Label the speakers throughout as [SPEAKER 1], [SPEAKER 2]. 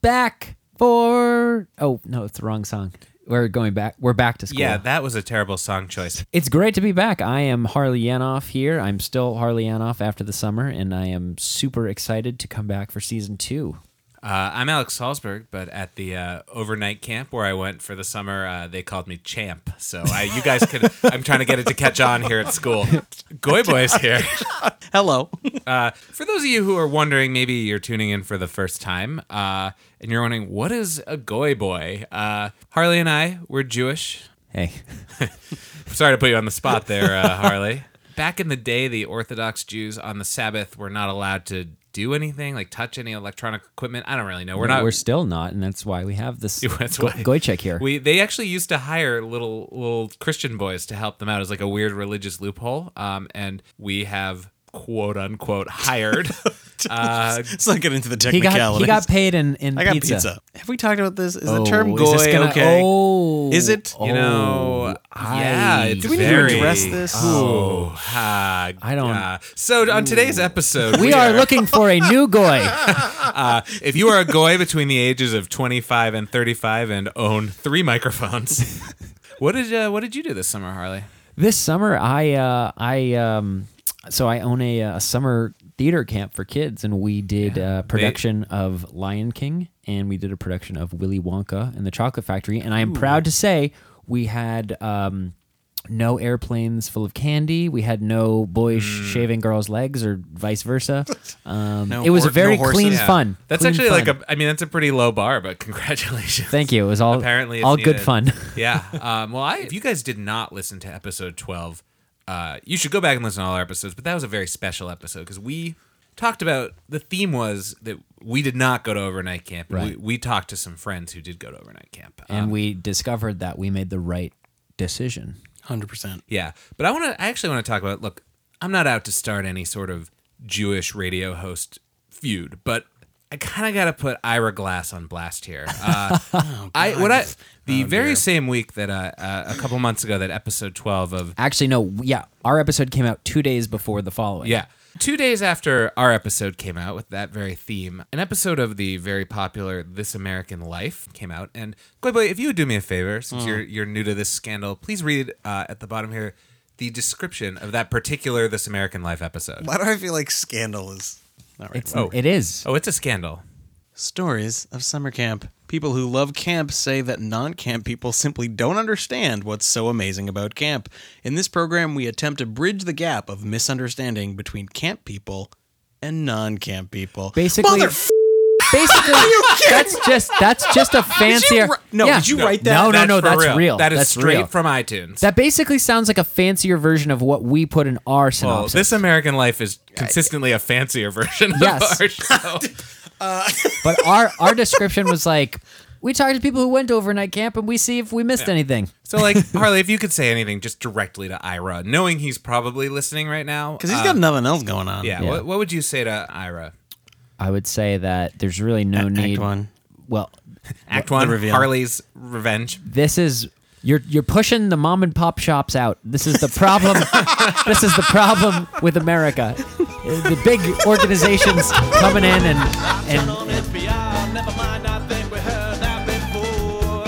[SPEAKER 1] back for. Oh no, it's the wrong song. We're going back. We're back to school.
[SPEAKER 2] Yeah, that was a terrible song choice.
[SPEAKER 1] It's great to be back. I am Harley Yanoff here. I'm still Harley Yanoff after the summer, and I am super excited to come back for season two.
[SPEAKER 2] Uh, I'm Alex Salzberg, but at the uh, overnight camp where I went for the summer, uh, they called me Champ. So I, you guys could. I'm trying to get it to catch on here at school. Goy Boy's here.
[SPEAKER 3] Hello.
[SPEAKER 2] Uh, for those of you who are wondering, maybe you're tuning in for the first time, uh, and you're wondering what is a Goy Boy. Uh, Harley and I, we're Jewish.
[SPEAKER 1] Hey,
[SPEAKER 2] Sorry to put you on the spot there, uh, Harley. Back in the day, the Orthodox Jews on the Sabbath were not allowed to do anything, like touch any electronic equipment. I don't really know.
[SPEAKER 3] Uh,
[SPEAKER 2] We're not.
[SPEAKER 1] we're still not, and that's why we have this
[SPEAKER 2] That's
[SPEAKER 1] Go-
[SPEAKER 2] why-
[SPEAKER 1] Goychek here.
[SPEAKER 2] We they actually used to hire little little Christian boys to help them out as like a weird religious loophole. Um, and we have quote unquote hired. uh,
[SPEAKER 3] Let's not get into the
[SPEAKER 1] he got
[SPEAKER 3] technicalities.
[SPEAKER 1] he got paid in in
[SPEAKER 3] I got pizza. Have we talked about this? Is
[SPEAKER 1] Oh,
[SPEAKER 3] the term
[SPEAKER 1] is this
[SPEAKER 3] goy
[SPEAKER 1] gonna-
[SPEAKER 3] okay?
[SPEAKER 1] Oh,
[SPEAKER 3] Is it?
[SPEAKER 2] you know,
[SPEAKER 1] I-
[SPEAKER 2] yeah, it's
[SPEAKER 3] Oh, Do we need to
[SPEAKER 2] very,
[SPEAKER 3] address this?
[SPEAKER 2] Oh, ah,
[SPEAKER 1] I don't-
[SPEAKER 2] ah. so on today's episode,
[SPEAKER 1] We are looking for a new goy.
[SPEAKER 2] Uh, if you are a goy between the ages of 25 and 35 and own three microphones, what did uh, what did you do this summer, Harley?
[SPEAKER 1] This summer, I uh, I um, so I own a, uh summer theater camp for kids, and we did a production of Lion King, and we did a production of Willy Wonka and the Chocolate Factory, and I am proud to say we had. Um, no airplanes full of candy. We had no boys
[SPEAKER 2] Mm.
[SPEAKER 1] shaving girls' legs or vice versa. Um,
[SPEAKER 3] No
[SPEAKER 1] it was
[SPEAKER 3] hor-
[SPEAKER 1] very
[SPEAKER 3] no horses.
[SPEAKER 1] clean
[SPEAKER 3] Yeah.
[SPEAKER 1] fun.
[SPEAKER 2] That's
[SPEAKER 1] Clean
[SPEAKER 2] actually
[SPEAKER 1] fun.
[SPEAKER 2] like a I mean that's a pretty low bar, but congratulations.
[SPEAKER 1] Thank you. It was all
[SPEAKER 2] Apparently, it's
[SPEAKER 1] all good
[SPEAKER 2] needed.
[SPEAKER 1] fun.
[SPEAKER 2] yeah. Um, well, I, if you guys did not listen to episode 12, uh, you should go back and listen to all our episodes, but that was a very special episode because we talked about the theme was that we did not go to overnight camp. and We,
[SPEAKER 1] Right.
[SPEAKER 2] we talked to some friends who did go to overnight camp. Um,
[SPEAKER 1] and we discovered that we made the right decision.
[SPEAKER 3] Hundred percent.
[SPEAKER 2] yeah. But I want to, I actually want to talk about look, I'm not out to start any sort of Jewish radio host feud, but. I kind of got to put Ira Glass on blast here. Uh, I what I the very same week that uh, uh, a couple months ago that episode twelve of
[SPEAKER 1] Actually, no. Yeah, our episode came out two days before the following.
[SPEAKER 2] Yeah. Two days after our episode came out with that very theme, an episode of the very popular This American Life came out. And Goy Boy, if you would do me a favor, since
[SPEAKER 1] Mm.
[SPEAKER 2] you're you're new to this scandal, please read uh, at the bottom here the description of that particular This American Life episode.
[SPEAKER 3] Why do I feel like scandal is not right?
[SPEAKER 1] it's it is.
[SPEAKER 2] Oh, it's a scandal.
[SPEAKER 3] Stories of summer camp. People who love camp say that non camp people simply don't understand what's so amazing about camp. In this program, we attempt to bridge the gap of misunderstanding between camp people and non camp people.
[SPEAKER 1] Basically,
[SPEAKER 3] Mother
[SPEAKER 1] basically, that's just that's just a fancier.
[SPEAKER 3] ri- no,
[SPEAKER 1] yeah.
[SPEAKER 3] did you write that?
[SPEAKER 1] Oh, No, no, no.
[SPEAKER 2] That's for
[SPEAKER 1] That's real.
[SPEAKER 2] That is
[SPEAKER 1] that's
[SPEAKER 2] straight
[SPEAKER 1] real.
[SPEAKER 2] from iTunes.
[SPEAKER 1] That basically sounds like a fancier version of what we put in
[SPEAKER 3] Oh,
[SPEAKER 1] our
[SPEAKER 2] well,
[SPEAKER 1] synopsis.
[SPEAKER 2] This American Life is consistently a fancier version
[SPEAKER 1] Yes.
[SPEAKER 2] of our show.
[SPEAKER 1] but our our description was like, we talked to people who went to overnight camp, and we see if we missed anything.
[SPEAKER 2] so, like, Harley, if you could say anything just directly to Ira, knowing he's probably listening right now.
[SPEAKER 3] Because he's got nothing else going on.
[SPEAKER 2] Yeah. What, what would you say to Ira?
[SPEAKER 1] I would say that there's really no
[SPEAKER 3] Act
[SPEAKER 1] need.
[SPEAKER 3] one.
[SPEAKER 1] Well,
[SPEAKER 2] Act one,
[SPEAKER 3] reveal.
[SPEAKER 2] Harley's revenge.
[SPEAKER 1] this is you're you're pushing the mom and pop shops out. This is the problem. this is the problem with America. The big organizations coming in and and
[SPEAKER 4] FBI. Never mind, I think we heard that before.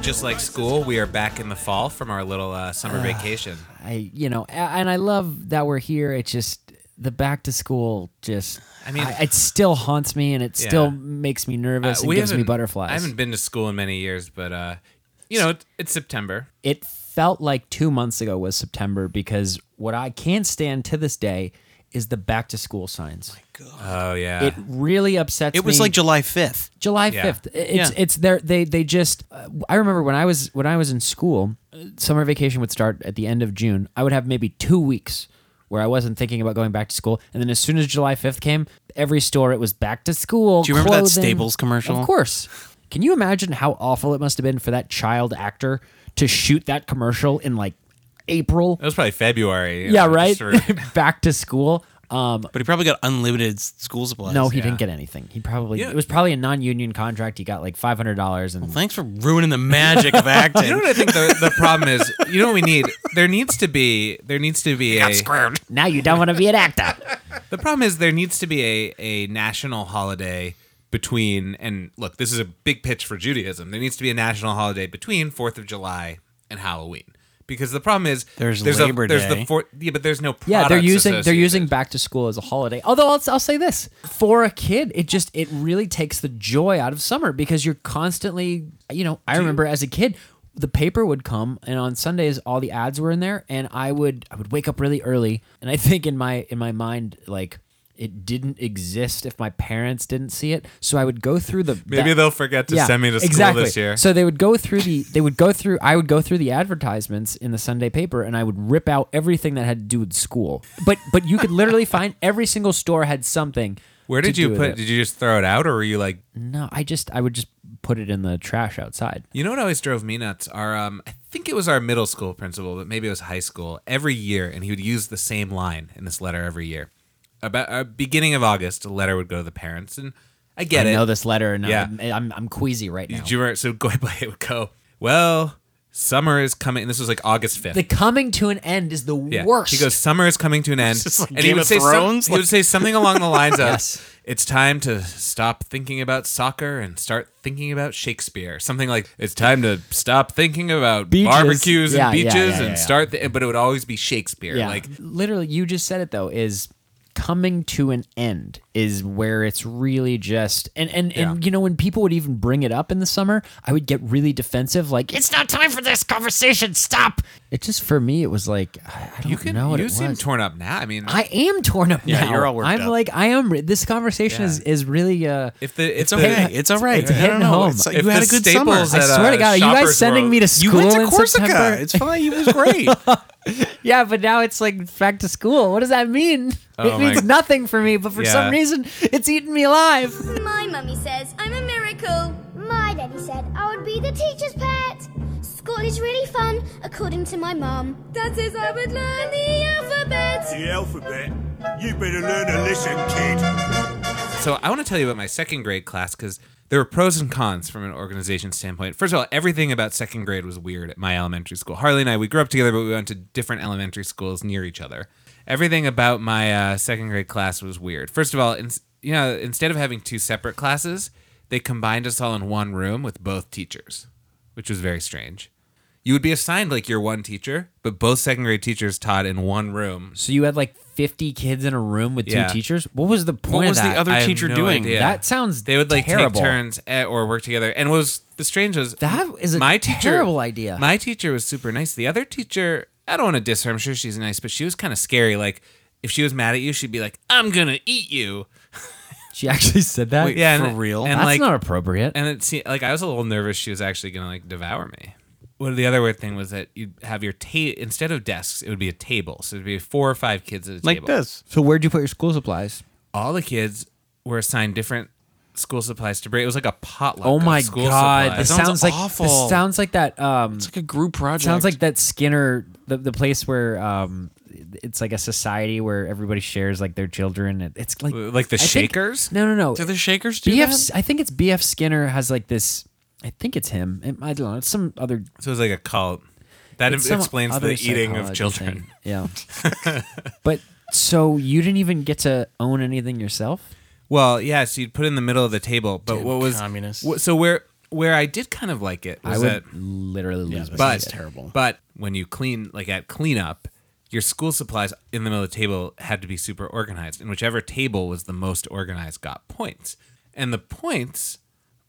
[SPEAKER 2] Just like school, we are back in the fall from our little uh,
[SPEAKER 1] Ah,
[SPEAKER 2] summer vacation.
[SPEAKER 1] I you know a- and I love that we're here. It just the back to school just
[SPEAKER 2] I mean-
[SPEAKER 1] it still haunts me and it
[SPEAKER 2] Yeah.
[SPEAKER 1] still makes me nervous
[SPEAKER 2] Uh,
[SPEAKER 1] and
[SPEAKER 2] we
[SPEAKER 1] gives me
[SPEAKER 2] haven't-
[SPEAKER 1] butterflies.
[SPEAKER 2] I haven't been to school in many years, but uh, you know, it, it's September.
[SPEAKER 1] it felt like two months ago was September because what I can't stand to this day is the back to school signs.
[SPEAKER 2] Oh yeah.
[SPEAKER 1] it really upsets me.
[SPEAKER 3] It was like July 5th.
[SPEAKER 1] July
[SPEAKER 2] Yeah.
[SPEAKER 1] fifth. It's
[SPEAKER 3] Yeah.
[SPEAKER 1] it's there. They they just. Uh, I remember when I was when I was in school, uh, summer vacation would start at the end of June. I would have maybe two weeks where I wasn't thinking about going back to school, and then as soon as July fifth came, every store it was back to school.
[SPEAKER 3] Do you remember that
[SPEAKER 1] clothing.
[SPEAKER 3] Staples commercial?
[SPEAKER 1] Of course. Can you imagine how awful it must have been for that child actor to shoot that commercial in like April?
[SPEAKER 3] Uh,
[SPEAKER 2] that was probably February. you
[SPEAKER 1] Yeah,
[SPEAKER 2] know,
[SPEAKER 1] right.
[SPEAKER 2] just sort of-
[SPEAKER 1] back to school. Um,
[SPEAKER 3] But he probably got unlimited s- school supplies.
[SPEAKER 1] No, he didn't get anything. He probably
[SPEAKER 2] Yeah.
[SPEAKER 1] it was probably a non-union contract. He got like five hundred dollars, and
[SPEAKER 3] Thanks for ruining the magic of acting.
[SPEAKER 2] you know what I think the, the problem is? You know what we need? There needs to be there needs to be a
[SPEAKER 1] now you don't want to be an actor.
[SPEAKER 2] The problem is there needs to be a, a national holiday between and look, this is a big pitch for Judaism. There needs to be a national holiday between Fourth of July and Halloween. Because the problem is
[SPEAKER 3] There's
[SPEAKER 2] a-
[SPEAKER 3] Labor
[SPEAKER 2] there's the
[SPEAKER 3] Day.
[SPEAKER 2] four, yeah, but there's no products
[SPEAKER 1] Yeah, they're using they're
[SPEAKER 2] associated.
[SPEAKER 1] using back to school as a holiday. Although I'll, I'll say this for a kid, it just it really takes the joy out of summer because you're constantly you know I remember as a kid the paper would come and on Sundays all the ads were in there and I would I would wake up really early and I think in my in my mind like it didn't exist if my parents didn't see it so I would go through the
[SPEAKER 2] Maybe
[SPEAKER 1] that-
[SPEAKER 2] they'll forget to send me to school
[SPEAKER 1] exactly.
[SPEAKER 2] this year.
[SPEAKER 1] So they would go through the they would go through I would go through the advertisements in the Sunday paper and I would rip out everything that had to do with school. But but you could literally find every single store had something.
[SPEAKER 2] Where
[SPEAKER 1] to
[SPEAKER 2] did you
[SPEAKER 1] do with
[SPEAKER 2] put?
[SPEAKER 1] it.
[SPEAKER 2] Did you just throw it out, or were you like,
[SPEAKER 1] No, I just I would just put it in the trash outside.
[SPEAKER 2] you know what always drove me nuts? Our, um, I think it was our middle school principal, but maybe it was high school. Every year, and he would use the same line in this letter every year. About uh, beginning of August, a letter would go to the parents, and I get
[SPEAKER 1] I
[SPEAKER 2] it.
[SPEAKER 1] know this letter and
[SPEAKER 2] Yeah.
[SPEAKER 1] I'm, I'm I'm queasy right now.
[SPEAKER 2] Did you remember? So Goiblade would go, well, summer is coming. And this was like August fifth.
[SPEAKER 1] the coming to an end is the
[SPEAKER 2] Yeah.
[SPEAKER 1] worst.
[SPEAKER 2] He goes, summer is coming to an end.
[SPEAKER 3] just like
[SPEAKER 2] he
[SPEAKER 3] Game
[SPEAKER 2] would
[SPEAKER 3] of
[SPEAKER 2] say some-
[SPEAKER 3] Thrones?
[SPEAKER 2] he would say something along the lines of,
[SPEAKER 1] Yes.
[SPEAKER 2] "It's time to stop thinking about soccer and start thinking about Shakespeare." Something like, "It's time to stop thinking about
[SPEAKER 1] Beaches.
[SPEAKER 2] barbecues and
[SPEAKER 1] Yeah, yeah,
[SPEAKER 2] beaches
[SPEAKER 1] yeah, yeah,
[SPEAKER 2] and
[SPEAKER 1] yeah.
[SPEAKER 2] start." Th-, but it would always be Shakespeare.
[SPEAKER 1] yeah.
[SPEAKER 2] Like
[SPEAKER 1] literally you just said it though is coming to an end is where it's really just and and and you know when people would even bring it up in the summer i would get really defensive like it's not time for this conversation stop it just for me it was like i I don't
[SPEAKER 2] you can,
[SPEAKER 1] know what
[SPEAKER 2] you
[SPEAKER 1] it
[SPEAKER 2] seem
[SPEAKER 1] was
[SPEAKER 2] torn up now. I mean,
[SPEAKER 1] i am torn up
[SPEAKER 3] Yeah,
[SPEAKER 1] now
[SPEAKER 3] you're all worked
[SPEAKER 1] i'm
[SPEAKER 3] up.
[SPEAKER 1] like i am re- this conversation is is really uh
[SPEAKER 2] if the if
[SPEAKER 3] It's
[SPEAKER 2] the-
[SPEAKER 3] okay. It's all right.
[SPEAKER 1] it's
[SPEAKER 3] I
[SPEAKER 1] hitting
[SPEAKER 3] don't know.
[SPEAKER 1] home.
[SPEAKER 3] It's like
[SPEAKER 2] If
[SPEAKER 3] you had
[SPEAKER 2] the
[SPEAKER 3] a good
[SPEAKER 2] Staples
[SPEAKER 3] summer.
[SPEAKER 1] I
[SPEAKER 2] at, uh,
[SPEAKER 1] swear to God, are you guys
[SPEAKER 2] Shoppers
[SPEAKER 1] sending
[SPEAKER 2] World-
[SPEAKER 1] me to
[SPEAKER 3] You
[SPEAKER 1] school
[SPEAKER 3] went to
[SPEAKER 1] in
[SPEAKER 3] Corsica.
[SPEAKER 1] September?
[SPEAKER 3] It's fine. It was great.
[SPEAKER 1] Yeah, but now it's like back to school. What does that mean?
[SPEAKER 2] Oh
[SPEAKER 1] it
[SPEAKER 2] my-
[SPEAKER 1] means nothing for me, but for
[SPEAKER 2] Yeah.
[SPEAKER 1] some reason, it's eating me alive.
[SPEAKER 5] My mummy says I'm a miracle. My daddy said I would be the teacher's pet. School is really fun, according to my mum. Dad says I would learn the alphabet.
[SPEAKER 6] the alphabet. You better learn to listen, kid.
[SPEAKER 2] So I want to tell you about my second grade class because there were pros and cons from an organization standpoint. First of all, everything about second grade was weird at my elementary school. Harley and I, we grew up together, but we went to different elementary schools near each other. Everything about my uh, second grade class was weird. First of all, in, you know, instead of having two separate classes, they combined us all in one room with both teachers, which was very strange. You would be assigned like your one teacher, but both second grade teachers taught in one room.
[SPEAKER 1] So you had like 50 kids in a room with
[SPEAKER 2] Yeah.
[SPEAKER 1] two teachers? What was the point
[SPEAKER 3] What
[SPEAKER 1] of
[SPEAKER 3] was the
[SPEAKER 1] that?
[SPEAKER 3] other
[SPEAKER 2] I have
[SPEAKER 3] teacher
[SPEAKER 2] no
[SPEAKER 3] doing?
[SPEAKER 2] idea.
[SPEAKER 1] That sounds
[SPEAKER 2] they would like
[SPEAKER 1] terrible.
[SPEAKER 2] take turns at, or work together. And what was the strange was
[SPEAKER 1] That is a
[SPEAKER 2] my teacher,
[SPEAKER 1] terrible idea.
[SPEAKER 2] My teacher was super nice. The other teacher, I don't want to diss her. I'm sure she's nice, but she was kind of scary. Like if she was mad at you, she'd be like, "I'm gonna eat you."
[SPEAKER 1] She actually said that?
[SPEAKER 3] Wait,
[SPEAKER 2] Yeah,
[SPEAKER 3] for
[SPEAKER 2] and-
[SPEAKER 3] real.
[SPEAKER 2] and
[SPEAKER 1] That's
[SPEAKER 2] like,
[SPEAKER 1] not appropriate.
[SPEAKER 2] and it seemed like I was a little nervous she was actually gonna like devour me. What the other weird thing was that you'd have your ta- instead of desks, it would be a table. So it'd be four or five kids at a
[SPEAKER 3] like
[SPEAKER 2] table.
[SPEAKER 3] this.
[SPEAKER 1] so where'd you put your school supplies?
[SPEAKER 2] all the kids were assigned different school supplies to bring. It was like a potluck.
[SPEAKER 1] Oh
[SPEAKER 2] of
[SPEAKER 1] my
[SPEAKER 2] school
[SPEAKER 1] god,
[SPEAKER 2] supplies.
[SPEAKER 1] this
[SPEAKER 3] That sounds
[SPEAKER 1] sounds like
[SPEAKER 3] awful.
[SPEAKER 1] this sounds like that um
[SPEAKER 3] It's like a group project.
[SPEAKER 1] sounds like that Skinner the, the place where um it's like a society where everybody shares like their children. It- It's like
[SPEAKER 2] Like the
[SPEAKER 1] I think-
[SPEAKER 2] Shakers?
[SPEAKER 1] no, no, no.
[SPEAKER 3] do the Shakers do
[SPEAKER 1] BF
[SPEAKER 3] that?
[SPEAKER 1] I think it's BF Skinner has like this I think it's him. It- I don't know. It's some other
[SPEAKER 2] So it was like a cult. That
[SPEAKER 1] It's some
[SPEAKER 2] explains
[SPEAKER 1] other
[SPEAKER 2] the eating of
[SPEAKER 1] psychology
[SPEAKER 2] children.
[SPEAKER 1] thing. Yeah. but so you didn't even get to own anything yourself?
[SPEAKER 2] Well, yeah. So you'd put it in the middle of the table, but
[SPEAKER 3] Damn
[SPEAKER 2] what was
[SPEAKER 3] communists.
[SPEAKER 2] wh- so where where I did kind of like it was
[SPEAKER 1] I would
[SPEAKER 2] that,
[SPEAKER 1] literally lose my
[SPEAKER 2] but
[SPEAKER 1] shit.
[SPEAKER 3] terrible.
[SPEAKER 2] But when you clean like at cleanup, your school supplies in the middle of the table had to be super organized, and whichever table was the most organized got points, and the points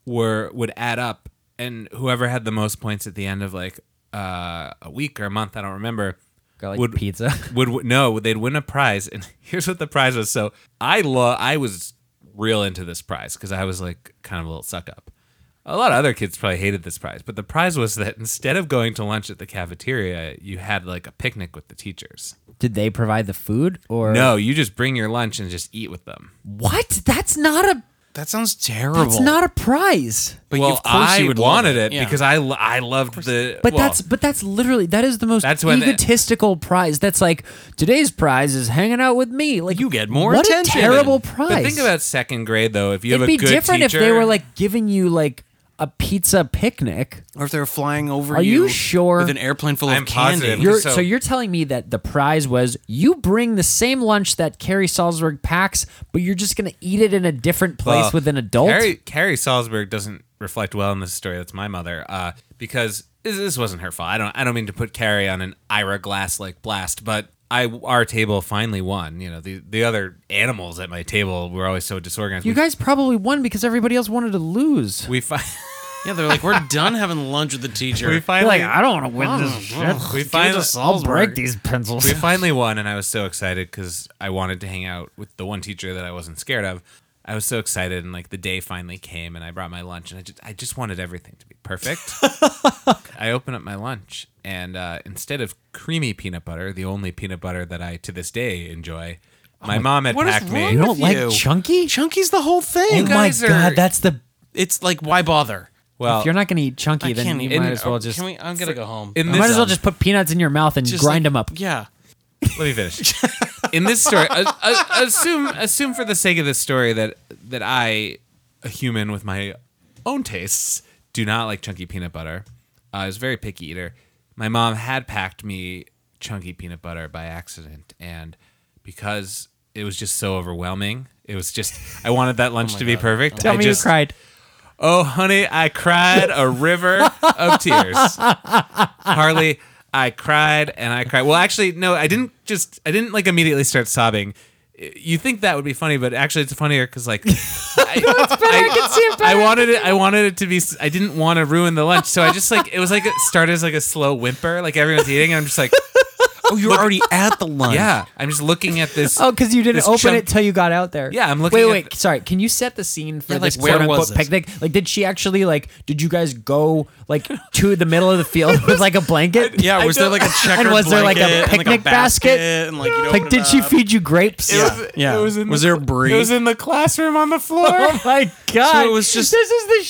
[SPEAKER 2] were would add up, and whoever had the most points at the end of like uh, a week or a month, I don't remember.
[SPEAKER 1] Got like
[SPEAKER 2] would-
[SPEAKER 1] pizza.
[SPEAKER 2] would w- no they'd win a prize and here's what the prize was so i love i was real into this prize because i was like kind of a little suck up a lot of other kids probably hated this prize but the prize was that instead of going to lunch at the cafeteria you had like a picnic with the teachers
[SPEAKER 1] Did they provide the food or
[SPEAKER 2] no you just bring your lunch and just eat with them
[SPEAKER 1] What? That's not a
[SPEAKER 3] that sounds terrible.
[SPEAKER 1] that's not a prize.
[SPEAKER 3] But
[SPEAKER 2] well
[SPEAKER 3] of course
[SPEAKER 2] i
[SPEAKER 3] you would love
[SPEAKER 2] wanted it,
[SPEAKER 3] Yeah.
[SPEAKER 2] because i lo- i loved the
[SPEAKER 1] But
[SPEAKER 2] well,
[SPEAKER 1] that's but that's literally that is the most
[SPEAKER 2] That's when the-
[SPEAKER 1] egotistical prize. That's like today's prize is hanging out with me. Like
[SPEAKER 3] You get more
[SPEAKER 1] what
[SPEAKER 3] attention.
[SPEAKER 1] A terrible
[SPEAKER 2] but
[SPEAKER 1] prize.
[SPEAKER 2] think about second grade though if you
[SPEAKER 1] It'd
[SPEAKER 2] have a
[SPEAKER 1] be
[SPEAKER 2] good
[SPEAKER 1] different if they
[SPEAKER 2] teacher-
[SPEAKER 1] were like giving you like a pizza picnic.
[SPEAKER 3] or if they're flying over
[SPEAKER 1] Are
[SPEAKER 3] you,
[SPEAKER 1] you sure?
[SPEAKER 3] with an airplane full
[SPEAKER 2] I'm
[SPEAKER 3] of candy.
[SPEAKER 2] positive.
[SPEAKER 1] You're, so,
[SPEAKER 2] So-
[SPEAKER 1] you're telling me that the prize was you bring the same lunch that Carrie Salzberg packs, but you're just gonna eat it in a different place
[SPEAKER 2] Well,
[SPEAKER 1] with an adult?
[SPEAKER 2] Carrie, Carrie Uh, Salzberg doesn't reflect well in this story. That's my mother, uh, because this, this wasn't her fault. I don't. I don't mean to put Carrie on an Ira Glass like blast, but I our table finally won. You know, the the other animals at my table were always so disorganized.
[SPEAKER 1] you
[SPEAKER 2] we,
[SPEAKER 1] guys probably won because everybody else wanted to lose.
[SPEAKER 2] we, fi-
[SPEAKER 3] Yeah, they're like, we're done having lunch with the teacher.
[SPEAKER 2] we
[SPEAKER 1] You're
[SPEAKER 2] finally
[SPEAKER 1] like, I don't want to win this shit.
[SPEAKER 2] we finally
[SPEAKER 1] I'll break these pencils.
[SPEAKER 2] we finally won, and I was so excited because I wanted to hang out with the one teacher that I wasn't scared of. I was so excited, and like the day finally came, and I brought my lunch, and I just I just wanted everything to be perfect. I open up my lunch, and uh, instead of creamy peanut butter, the only peanut butter that I to this day enjoy, my mom had
[SPEAKER 3] what is
[SPEAKER 2] packed
[SPEAKER 3] wrong
[SPEAKER 1] you
[SPEAKER 2] me.
[SPEAKER 3] with-
[SPEAKER 1] don't like
[SPEAKER 3] you.
[SPEAKER 1] chunky?
[SPEAKER 3] Chunky's the whole thing.
[SPEAKER 1] oh my
[SPEAKER 2] guys are-
[SPEAKER 1] god, that's the.
[SPEAKER 3] It's like, why bother?
[SPEAKER 2] Well,
[SPEAKER 1] If you're not gonna eat chunky,
[SPEAKER 3] I
[SPEAKER 1] then
[SPEAKER 3] can't
[SPEAKER 1] you
[SPEAKER 3] even-
[SPEAKER 1] might as well
[SPEAKER 3] oh,
[SPEAKER 1] just.
[SPEAKER 3] Can we, I'm gonna go home.
[SPEAKER 2] in
[SPEAKER 1] you
[SPEAKER 2] this,
[SPEAKER 1] might as well
[SPEAKER 2] um,
[SPEAKER 1] just put peanuts in your mouth and
[SPEAKER 3] Just
[SPEAKER 1] uh, grind
[SPEAKER 3] like-
[SPEAKER 1] them up.
[SPEAKER 3] Yeah.
[SPEAKER 2] Let me finish. In this story, uh, uh, assume assume for the sake of this story that that I, a human with my own tastes, do not like chunky peanut butter. Uh, I was a very picky eater. My mom had packed me chunky peanut butter by accident, and because it was just so overwhelming, it was just I wanted that lunch to be perfect.
[SPEAKER 1] Tell
[SPEAKER 2] I
[SPEAKER 1] me
[SPEAKER 2] just,
[SPEAKER 1] you cried.
[SPEAKER 2] Oh, honey, I cried a river of tears. Harley, I cried and I cried. Well, actually, no, I didn't just, I didn't like immediately start sobbing. You think that would be funny, but actually, it's funnier because like, I, I- I wanted it. I wanted it to be. s- I didn't want to ruin the lunch, so I just like it was like it started as like a slow whimper, like everyone's eating. And I'm just like,
[SPEAKER 3] Oh, you're already at the lunch.
[SPEAKER 2] yeah, I'm just looking at this.
[SPEAKER 1] Oh, because you didn't
[SPEAKER 2] this
[SPEAKER 1] open
[SPEAKER 2] chunk-
[SPEAKER 1] it till you got out there.
[SPEAKER 2] Yeah, I'm looking
[SPEAKER 1] Wait,
[SPEAKER 2] at
[SPEAKER 1] wait.
[SPEAKER 2] the-
[SPEAKER 1] sorry, can you set the scene for
[SPEAKER 3] Yeah, like,
[SPEAKER 1] this
[SPEAKER 3] where
[SPEAKER 1] quote unquote
[SPEAKER 3] was this?
[SPEAKER 1] picnic? Like, did she actually like? Did you guys go like to the middle of the field with like a blanket?
[SPEAKER 3] Yeah, was there like a checkered
[SPEAKER 1] And was there, like, a
[SPEAKER 3] blanket and,
[SPEAKER 1] picnic basket?
[SPEAKER 3] and like you know,
[SPEAKER 1] Like, did she feed you grapes?
[SPEAKER 3] Yeah, yeah.
[SPEAKER 2] It was in
[SPEAKER 3] was
[SPEAKER 2] the-
[SPEAKER 3] there brie?
[SPEAKER 2] It was in the classroom on the floor.
[SPEAKER 1] Oh my god!
[SPEAKER 3] So it was just-
[SPEAKER 1] this is the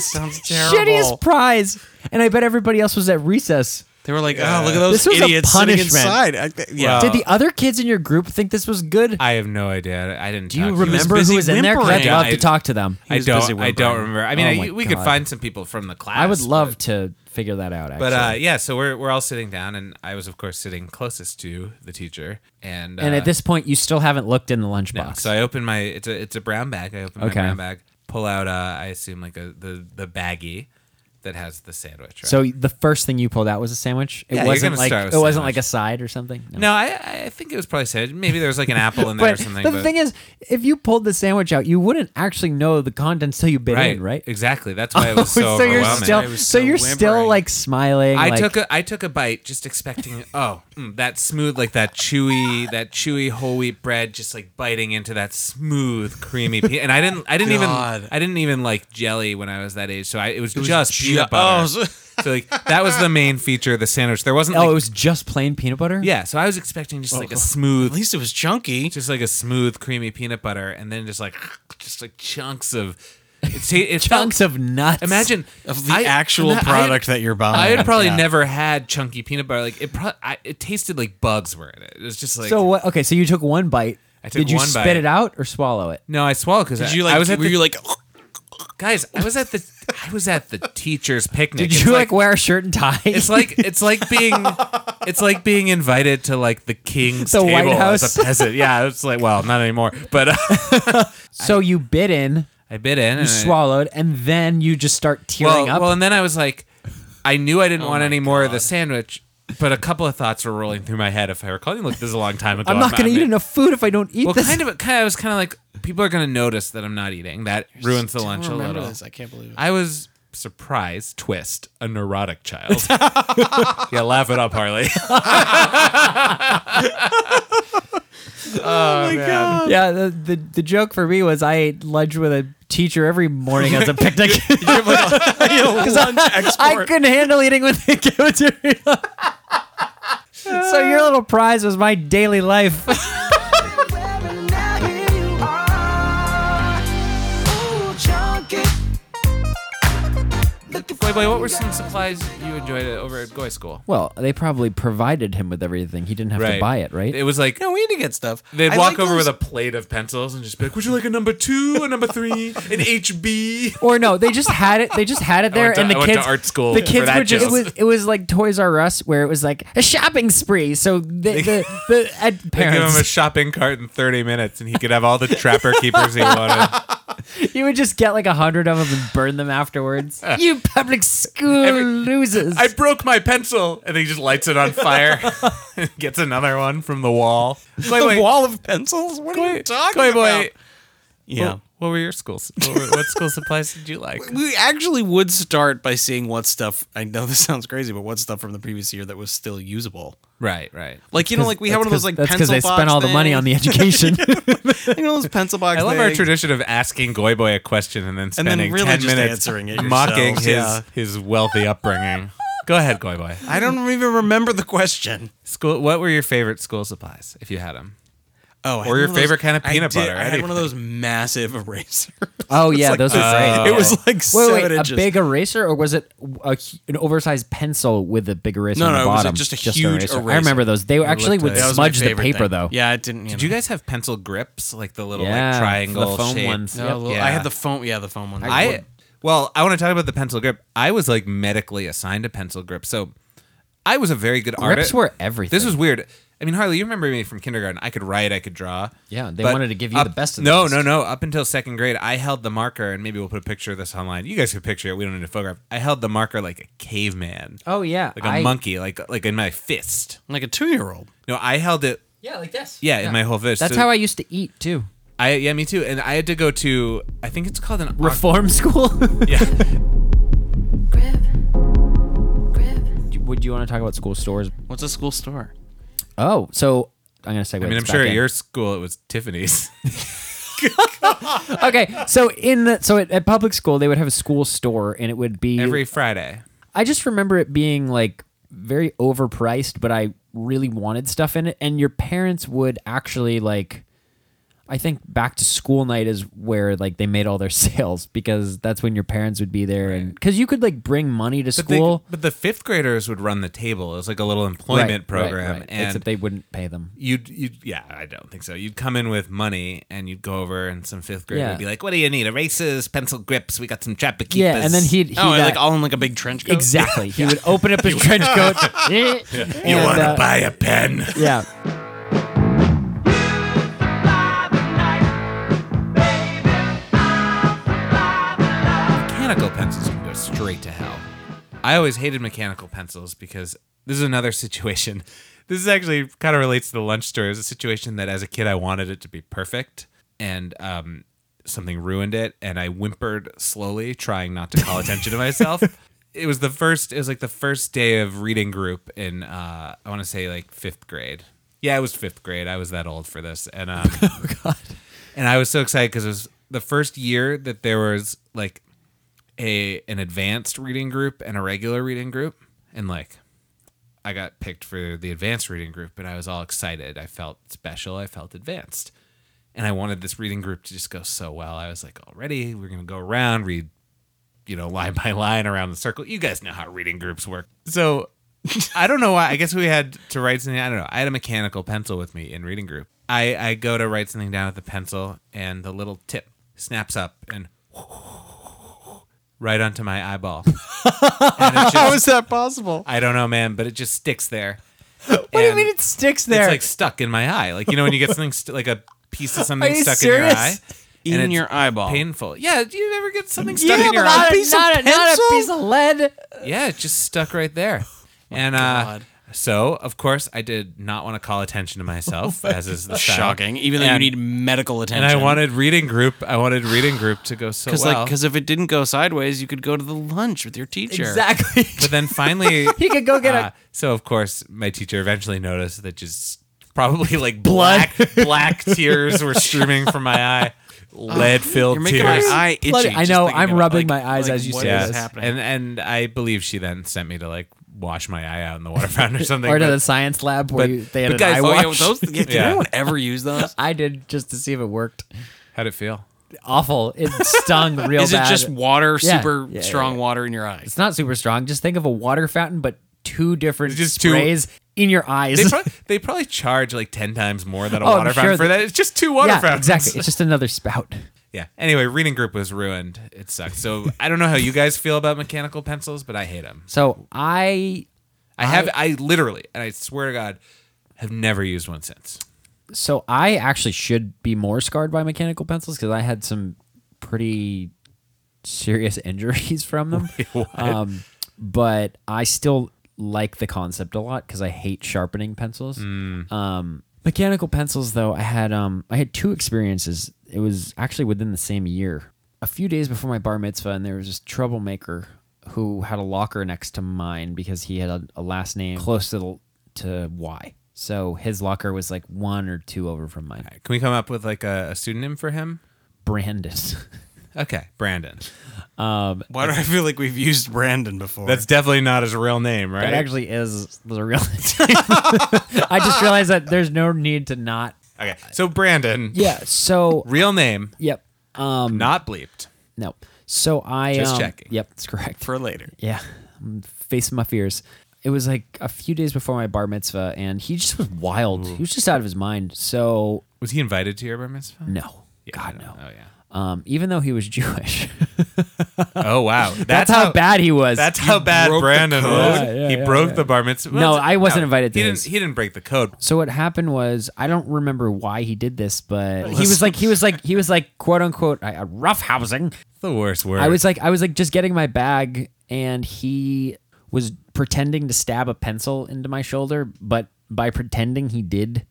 [SPEAKER 3] sounds
[SPEAKER 1] shittiest,
[SPEAKER 3] terrible.
[SPEAKER 1] shittiest prize. And I bet everybody else was at recess.
[SPEAKER 3] they were like, oh, look at those
[SPEAKER 1] This was a
[SPEAKER 3] idiots sitting
[SPEAKER 1] punishment.
[SPEAKER 3] inside. I, th- yeah,
[SPEAKER 1] Did the other kids in your group think this was good?
[SPEAKER 2] I have no idea. I didn't.
[SPEAKER 1] Do you
[SPEAKER 2] talk to
[SPEAKER 1] remember who
[SPEAKER 3] busy
[SPEAKER 1] was in there? 'Cause I'd
[SPEAKER 2] whimpering.
[SPEAKER 1] love
[SPEAKER 2] I-
[SPEAKER 1] to talk to them.
[SPEAKER 2] I
[SPEAKER 3] was busy
[SPEAKER 2] don't. I don't
[SPEAKER 3] whimpering.
[SPEAKER 2] remember. I mean,
[SPEAKER 1] Oh
[SPEAKER 2] I-
[SPEAKER 1] my
[SPEAKER 2] we could
[SPEAKER 1] God.
[SPEAKER 2] find some people from the class.
[SPEAKER 1] I would love
[SPEAKER 2] but-
[SPEAKER 1] to figure that out. Actually.
[SPEAKER 2] But uh, yeah, so we're we're all sitting down, and I was of course sitting closest to the teacher, and
[SPEAKER 1] and
[SPEAKER 2] uh,
[SPEAKER 1] at this point, you still haven't looked in the lunchbox.
[SPEAKER 2] so I open my it's a it's a brown bag. I open
[SPEAKER 1] Okay.
[SPEAKER 2] my brown bag, pull out uh, I assume like a the the baggie that has the sandwich. Right?
[SPEAKER 1] So the first thing you pulled out was a sandwich. It
[SPEAKER 2] Yeah, you're
[SPEAKER 1] wasn't
[SPEAKER 2] gonna
[SPEAKER 1] like
[SPEAKER 2] start
[SPEAKER 1] it
[SPEAKER 2] with
[SPEAKER 1] wasn't
[SPEAKER 2] sandwich.
[SPEAKER 1] like a side or something.
[SPEAKER 2] no, I I think it was probably said maybe there was like an apple in there
[SPEAKER 1] But
[SPEAKER 2] or something.
[SPEAKER 1] the
[SPEAKER 2] but,
[SPEAKER 1] thing is, if you pulled the sandwich out, you wouldn't actually know the contents till you bit
[SPEAKER 2] right,
[SPEAKER 1] in, right?
[SPEAKER 2] Exactly. That's why it was so,
[SPEAKER 1] you're
[SPEAKER 2] overwhelming.
[SPEAKER 1] still,
[SPEAKER 3] It was
[SPEAKER 1] so,
[SPEAKER 3] so
[SPEAKER 1] you're still
[SPEAKER 3] whimpering.
[SPEAKER 1] like smiling.
[SPEAKER 2] I
[SPEAKER 1] like,
[SPEAKER 2] took a I took a bite just expecting oh mm, that smooth like that chewy that chewy whole wheat bread just like biting into that smooth creamy pe- and I didn't I didn't
[SPEAKER 3] God.
[SPEAKER 2] even I didn't even like jelly when I was that age so I it was,
[SPEAKER 3] was
[SPEAKER 2] just
[SPEAKER 3] ju-
[SPEAKER 2] peanut
[SPEAKER 3] oh,
[SPEAKER 2] butter
[SPEAKER 3] so-
[SPEAKER 2] so, like that was the main feature of the sandwich there wasn't
[SPEAKER 1] oh,
[SPEAKER 2] like,
[SPEAKER 1] it was just plain peanut butter.
[SPEAKER 2] yeah so I was expecting just like a
[SPEAKER 3] at
[SPEAKER 2] smooth
[SPEAKER 3] least it was chunky.
[SPEAKER 2] just like a smooth creamy peanut butter and then just like just like chunks of it, ta- it felt-
[SPEAKER 1] chunks of nuts.
[SPEAKER 2] Imagine
[SPEAKER 3] Of the
[SPEAKER 2] I-
[SPEAKER 3] actual
[SPEAKER 2] I- I-
[SPEAKER 3] product that you're buying.
[SPEAKER 2] I had probably
[SPEAKER 3] Yeah.
[SPEAKER 2] never had chunky peanut butter. Like it, pro- I, it tasted like bugs were in it. It was just like
[SPEAKER 1] So what? Okay, so you took one bite.
[SPEAKER 2] I took
[SPEAKER 1] Did you
[SPEAKER 2] one
[SPEAKER 1] spit
[SPEAKER 2] bite.
[SPEAKER 1] it out or swallow it?
[SPEAKER 2] no, I swallowed because
[SPEAKER 3] Did you like?
[SPEAKER 2] I was at
[SPEAKER 3] were
[SPEAKER 2] the,
[SPEAKER 3] you like?
[SPEAKER 2] guys. I was at the I was at the teacher's picnic.
[SPEAKER 1] Did
[SPEAKER 2] It's
[SPEAKER 1] you like, wear a shirt and tie?
[SPEAKER 2] It's like it's like being it's like being invited to like the king's
[SPEAKER 1] The White
[SPEAKER 2] table
[SPEAKER 1] House.
[SPEAKER 2] as a peasant. Yeah, it's like well, not anymore. But uh,
[SPEAKER 1] so you bit in,
[SPEAKER 2] I bit in.
[SPEAKER 1] you
[SPEAKER 2] and I-
[SPEAKER 1] swallowed, and then you just start tearing
[SPEAKER 2] well,
[SPEAKER 1] up.
[SPEAKER 2] Well, and then I was like, I knew I
[SPEAKER 3] Oh
[SPEAKER 2] didn't want any more of the sandwich, but a couple of thoughts were rolling through my head. If I recall, look, this is a long time ago.
[SPEAKER 1] I'm not going to eat enough food if I don't eat
[SPEAKER 2] Well,
[SPEAKER 1] this.
[SPEAKER 2] kind of, kind of, I was kind of like, people are going to notice that I'm not eating. That ruins the lunch a little.
[SPEAKER 3] I can't believe it.
[SPEAKER 2] I was surprised, twist, a neurotic child. yeah, laugh it up, Harley.
[SPEAKER 3] Oh my god!
[SPEAKER 1] Yeah, the, the the joke for me was I ate lunch with a teacher every morning as a picnic because I, I couldn't handle eating with the cafeteria. so your little prize was my daily life.
[SPEAKER 2] Wait, Playboy, what were some supplies you enjoyed at- over at Goy School?
[SPEAKER 1] Well, they probably provided him with everything. He didn't have to buy it, right?
[SPEAKER 2] It was like
[SPEAKER 3] No, "Oh, we need to get stuff.
[SPEAKER 2] They'd
[SPEAKER 3] I
[SPEAKER 2] walk
[SPEAKER 3] like
[SPEAKER 2] over
[SPEAKER 3] those-
[SPEAKER 2] with a plate of pencils and just be like, "Would you like a number two, a number three, an HB?"
[SPEAKER 1] or no, they just had it. They just had it there,
[SPEAKER 2] went to-
[SPEAKER 1] and the
[SPEAKER 2] I went to
[SPEAKER 1] kids
[SPEAKER 2] art school
[SPEAKER 1] The
[SPEAKER 2] for
[SPEAKER 1] kids
[SPEAKER 2] that
[SPEAKER 1] were just. It
[SPEAKER 2] joke.
[SPEAKER 1] was, it was like Toys R Us, where it was like a shopping spree. So the the, the ed-
[SPEAKER 2] They give him a
[SPEAKER 1] parents,
[SPEAKER 2] shopping cart in 30 minutes, and he could have all the trapper keepers he wanted.
[SPEAKER 1] you would just get like a hundred of them and burn them afterwards. you public school
[SPEAKER 2] Every-
[SPEAKER 1] losers.
[SPEAKER 2] I broke my pencil, and he just lights it on fire, and gets another one from the wall.
[SPEAKER 3] the
[SPEAKER 2] Playboy,
[SPEAKER 3] wall of pencils. What are you talking about?
[SPEAKER 2] Playboy,
[SPEAKER 3] Yeah.
[SPEAKER 2] What, what were your schools? What, were, what school supplies did you like?
[SPEAKER 3] we actually would start by seeing what stuff. I know this sounds crazy, but what stuff from the previous year that was still usable.
[SPEAKER 2] Right, right.
[SPEAKER 3] Like you know, like we have one of those like
[SPEAKER 1] that's because
[SPEAKER 3] pencil
[SPEAKER 1] they spent
[SPEAKER 3] box
[SPEAKER 1] all the money on the
[SPEAKER 3] things.
[SPEAKER 1] education.
[SPEAKER 3] you know those pencil box.
[SPEAKER 2] I love our
[SPEAKER 3] things.
[SPEAKER 2] tradition of asking Goyboy a question and then
[SPEAKER 3] And
[SPEAKER 2] spending
[SPEAKER 3] then really
[SPEAKER 2] 10
[SPEAKER 3] just
[SPEAKER 2] minutes
[SPEAKER 3] answering it
[SPEAKER 2] mocking
[SPEAKER 3] yourselves,
[SPEAKER 2] his,
[SPEAKER 3] yeah.
[SPEAKER 2] his wealthy upbringing. Go ahead, Goyboy.
[SPEAKER 3] I don't even remember the question.
[SPEAKER 2] School. What were your favorite school supplies if you had them?
[SPEAKER 3] Oh,
[SPEAKER 2] Or
[SPEAKER 3] I had
[SPEAKER 2] your
[SPEAKER 3] one of those-
[SPEAKER 2] favorite kind of
[SPEAKER 3] I
[SPEAKER 2] peanut
[SPEAKER 3] did-
[SPEAKER 2] butter,
[SPEAKER 3] I had one of
[SPEAKER 2] anything.
[SPEAKER 3] those massive erasers.
[SPEAKER 1] oh yeah, those were great.
[SPEAKER 3] it was like
[SPEAKER 1] Wait,
[SPEAKER 3] seven
[SPEAKER 1] wait,
[SPEAKER 3] inches.
[SPEAKER 1] a big eraser, or was it a, hu- an oversized pencil with a big eraser
[SPEAKER 3] No,
[SPEAKER 1] on the
[SPEAKER 3] no, it was
[SPEAKER 1] bottom?
[SPEAKER 3] just a huge
[SPEAKER 1] I
[SPEAKER 3] eraser.
[SPEAKER 1] remember those. They actually
[SPEAKER 2] looked
[SPEAKER 1] would
[SPEAKER 2] like- That
[SPEAKER 3] That was my
[SPEAKER 1] smudge the
[SPEAKER 3] favorite
[SPEAKER 1] paper,
[SPEAKER 3] thing.
[SPEAKER 1] though.
[SPEAKER 3] Yeah, it didn't. You
[SPEAKER 2] Did you guys have pencil grips, like the little
[SPEAKER 1] Yeah,
[SPEAKER 2] like
[SPEAKER 1] the
[SPEAKER 2] triangle
[SPEAKER 1] foam
[SPEAKER 2] shape?
[SPEAKER 1] ones.
[SPEAKER 3] No,
[SPEAKER 1] Yep.
[SPEAKER 3] a little-
[SPEAKER 2] Yeah.
[SPEAKER 3] I had the foam. Yeah, the foam one.
[SPEAKER 2] I well, I want to talk about the pencil grip. I was like medically assigned a pencil grip, so I was a very good artist.
[SPEAKER 1] Grips were everything.
[SPEAKER 2] This was weird. I mean, Harley, you remember me from kindergarten. I could write, I could draw.
[SPEAKER 1] Yeah, they
[SPEAKER 2] but
[SPEAKER 1] wanted to give you the
[SPEAKER 2] up-
[SPEAKER 1] best of the
[SPEAKER 2] No,
[SPEAKER 1] best.
[SPEAKER 2] no, no. Up until second grade, I held the marker, and maybe we'll put a picture of this online. You guys could picture it. We don't need a photograph. I held the marker like a caveman,
[SPEAKER 1] Oh yeah,
[SPEAKER 2] like a
[SPEAKER 1] I-
[SPEAKER 2] monkey, like like in my fist.
[SPEAKER 3] like a two-year-old.
[SPEAKER 2] No, I held it.
[SPEAKER 1] Yeah, like this.
[SPEAKER 2] Yeah, in my whole fist.
[SPEAKER 1] That's
[SPEAKER 2] So
[SPEAKER 1] how I used to eat too.
[SPEAKER 2] I. Yeah, me too. And I had to go to. I think it's called an.
[SPEAKER 1] Reform school.
[SPEAKER 2] yeah.
[SPEAKER 7] Grip. Grip.
[SPEAKER 1] Would you want to talk about school stores?
[SPEAKER 3] What's a school store?
[SPEAKER 1] Oh, so I'm gonna segue.
[SPEAKER 2] I mean, I'm sure at your school it was Tiffany's.
[SPEAKER 1] Okay, so in the so at, at public school they would have a school store, and it would be
[SPEAKER 2] Every Friday.
[SPEAKER 1] I just remember it being like very overpriced, but I really wanted stuff in it. And your parents would actually like, I think back to school night is where like they made all their sales because that's when your parents would be there, and because you could like bring money to
[SPEAKER 2] But, they-
[SPEAKER 1] school.
[SPEAKER 2] but the fifth graders would run the table. It was like a little
[SPEAKER 1] Right,
[SPEAKER 2] employment
[SPEAKER 1] right,
[SPEAKER 2] program.
[SPEAKER 1] right.
[SPEAKER 2] And
[SPEAKER 1] Except they wouldn't pay them.
[SPEAKER 2] you'd, you'd, yeah, I don't think so. You'd come in with money and you'd go over, and some fifth grader
[SPEAKER 1] Yeah.
[SPEAKER 2] would be like, What do you need? Erasers, pencil grips. We got some trapper keepers.
[SPEAKER 1] Yeah, and then he'd he
[SPEAKER 3] oh,
[SPEAKER 1] got,
[SPEAKER 3] like all in like a big trench coat.
[SPEAKER 1] exactly. He would open up his trench coat. and,
[SPEAKER 2] You want to
[SPEAKER 1] uh,
[SPEAKER 2] buy a pen?
[SPEAKER 1] Yeah.
[SPEAKER 2] mechanical pencils can go straight to hell. I always hated mechanical pencils because this is another situation. This is actually kind of relates to the lunch story. It was a situation that as a kid I wanted it to be perfect, and um, something ruined it, and I whimpered slowly, trying not to call attention to myself. It was the first. It was like the first day of reading group in uh, I want to say like fifth grade. Yeah, it was fifth grade. I was that old for this, and um, oh god, and I was so excited because it was the first year that there was like a an advanced reading group and a regular reading group and like I got picked for the advanced reading group and I was all excited. I felt special, I felt advanced. And I wanted this reading group to just go so well. I was like, already we're going to go around read you know line by line around the circle. You guys know how reading groups work. So I don't know why. I guess we had to write something. I don't know. I had a mechanical pencil with me in reading group. I, I go to write something down with the pencil, and the little tip snaps up and right onto my eyeball. and it
[SPEAKER 3] How
[SPEAKER 2] just,
[SPEAKER 3] is that possible?
[SPEAKER 2] I don't know, man, but it just sticks there.
[SPEAKER 1] What do you mean it sticks there?
[SPEAKER 2] It's like stuck in my eye. Like you know when you get something st- like a piece of something
[SPEAKER 1] Are you
[SPEAKER 2] stuck in
[SPEAKER 1] serious?
[SPEAKER 2] your eye.
[SPEAKER 3] In
[SPEAKER 2] and it's
[SPEAKER 3] your eyeball.
[SPEAKER 2] Painful. Yeah, do you ever get something stuck
[SPEAKER 1] yeah,
[SPEAKER 2] in your
[SPEAKER 1] but not
[SPEAKER 2] eye?
[SPEAKER 1] a-
[SPEAKER 3] piece of
[SPEAKER 1] not a- not a
[SPEAKER 3] pencil?
[SPEAKER 1] piece of lead.
[SPEAKER 2] Yeah, it just stuck right there. and uh,
[SPEAKER 3] Oh God.
[SPEAKER 2] so, of course, I did not want to call attention to
[SPEAKER 3] Oh
[SPEAKER 2] myself, as is the style.
[SPEAKER 3] Shocking. Even though
[SPEAKER 2] And-
[SPEAKER 3] you need medical attention.
[SPEAKER 2] And I wanted reading group. I wanted reading group to go so
[SPEAKER 3] because
[SPEAKER 2] well.
[SPEAKER 3] like because if it didn't go sideways, you could go to the lunch with your teacher.
[SPEAKER 1] Exactly.
[SPEAKER 2] but then finally,
[SPEAKER 1] he could go get
[SPEAKER 2] uh, so of course, my teacher eventually noticed that just probably like black black tears were streaming from my eye, lead filled
[SPEAKER 3] You're making
[SPEAKER 2] tears.
[SPEAKER 3] my eye itchy.
[SPEAKER 1] Bloody- I
[SPEAKER 3] just
[SPEAKER 1] know,
[SPEAKER 3] thinking
[SPEAKER 1] I'm
[SPEAKER 3] about,
[SPEAKER 1] rubbing
[SPEAKER 3] like-
[SPEAKER 1] my eyes
[SPEAKER 3] like,
[SPEAKER 1] as you
[SPEAKER 3] what
[SPEAKER 1] say
[SPEAKER 3] is
[SPEAKER 1] this.
[SPEAKER 3] happening?
[SPEAKER 2] and and I believe she then sent me to like wash my eye out in the water fountain or
[SPEAKER 1] a
[SPEAKER 2] something.
[SPEAKER 1] or to
[SPEAKER 2] but-
[SPEAKER 1] the science lab where
[SPEAKER 2] but-
[SPEAKER 1] you, they had
[SPEAKER 2] but
[SPEAKER 1] an
[SPEAKER 2] guys,
[SPEAKER 1] eye
[SPEAKER 2] oh,
[SPEAKER 3] Oh,
[SPEAKER 1] watch.
[SPEAKER 3] yeah, those, yeah, did
[SPEAKER 2] Yeah.
[SPEAKER 3] anyone ever use those?
[SPEAKER 1] I did just to see if it worked.
[SPEAKER 2] How'd it feel?
[SPEAKER 1] awful. It stung real
[SPEAKER 3] Is it
[SPEAKER 1] bad.
[SPEAKER 3] just water,
[SPEAKER 1] Yeah,
[SPEAKER 3] super
[SPEAKER 1] yeah, yeah,
[SPEAKER 3] strong water in your eyes?
[SPEAKER 1] it's not super strong. Just think of a water fountain, but two different
[SPEAKER 2] Just two-
[SPEAKER 1] sprays in your eyes.
[SPEAKER 2] They probably, they probably charge like 10 times more than a
[SPEAKER 1] Oh, I'm
[SPEAKER 2] water
[SPEAKER 1] sure
[SPEAKER 2] fountain for
[SPEAKER 1] that-
[SPEAKER 2] that. It's just two water
[SPEAKER 1] yeah,
[SPEAKER 2] fountains.
[SPEAKER 1] exactly. It's just another spout.
[SPEAKER 2] Yeah. Anyway, reading group was ruined. It sucked. So I don't know how you guys feel about mechanical pencils, but I hate them.
[SPEAKER 1] So I
[SPEAKER 2] I have, I literally, and I swear to God, have never used one since.
[SPEAKER 1] so I actually should be more scarred by mechanical pencils because I had some pretty serious injuries from them. Um, but I still like the concept a lot because I hate sharpening pencils. Um, mechanical pencils, though, I had um, I had two experiences. It was actually within the same year, a few days before my bar mitzvah, and there was this troublemaker who had a locker next to mine because he had a, a last name close to the, to Y. So his locker was like one or two over from mine.
[SPEAKER 2] Can we come up with like a, a pseudonym for him?
[SPEAKER 1] Brandon.
[SPEAKER 2] Okay, Brandon.
[SPEAKER 1] Um,
[SPEAKER 3] Why do I feel like we've used Brandon before?
[SPEAKER 2] That's definitely not his real name, right?
[SPEAKER 1] That actually is the real. I just realized that there's no need to not.
[SPEAKER 2] okay, so Brandon,
[SPEAKER 1] Yeah. So.
[SPEAKER 2] real name,
[SPEAKER 1] yep. Um.
[SPEAKER 2] not bleeped.
[SPEAKER 1] No. So I.
[SPEAKER 2] Just
[SPEAKER 1] um,
[SPEAKER 2] checking.
[SPEAKER 1] Yep. That's correct.
[SPEAKER 3] for later.
[SPEAKER 1] yeah. I'm facing my fears. It was like a few days before my bar mitzvah, and he just was wild. He was just out of his mind. So
[SPEAKER 2] Was he invited to your bar mitzvah?
[SPEAKER 1] no.
[SPEAKER 2] Yeah,
[SPEAKER 1] God
[SPEAKER 2] no.
[SPEAKER 1] no.
[SPEAKER 2] Oh, yeah.
[SPEAKER 1] Um. Even though he was Jewish,
[SPEAKER 2] Oh wow,
[SPEAKER 1] that's how, bad he was.
[SPEAKER 2] That's how bad
[SPEAKER 3] broke the
[SPEAKER 2] Brandon
[SPEAKER 3] code?
[SPEAKER 2] was.
[SPEAKER 1] Yeah, yeah,
[SPEAKER 2] he
[SPEAKER 1] yeah,
[SPEAKER 2] broke the bar mitzvah.
[SPEAKER 1] No, I wasn't invited to
[SPEAKER 2] he
[SPEAKER 1] his.
[SPEAKER 2] Didn't, he didn't break the code.
[SPEAKER 1] So what happened was I don't remember why he did this, but he was like he was like he was like quote unquote uh, rough housing.
[SPEAKER 2] The worst word.
[SPEAKER 1] I was like I was like just getting my bag and he was pretending to stab a pencil into my shoulder, but by pretending he did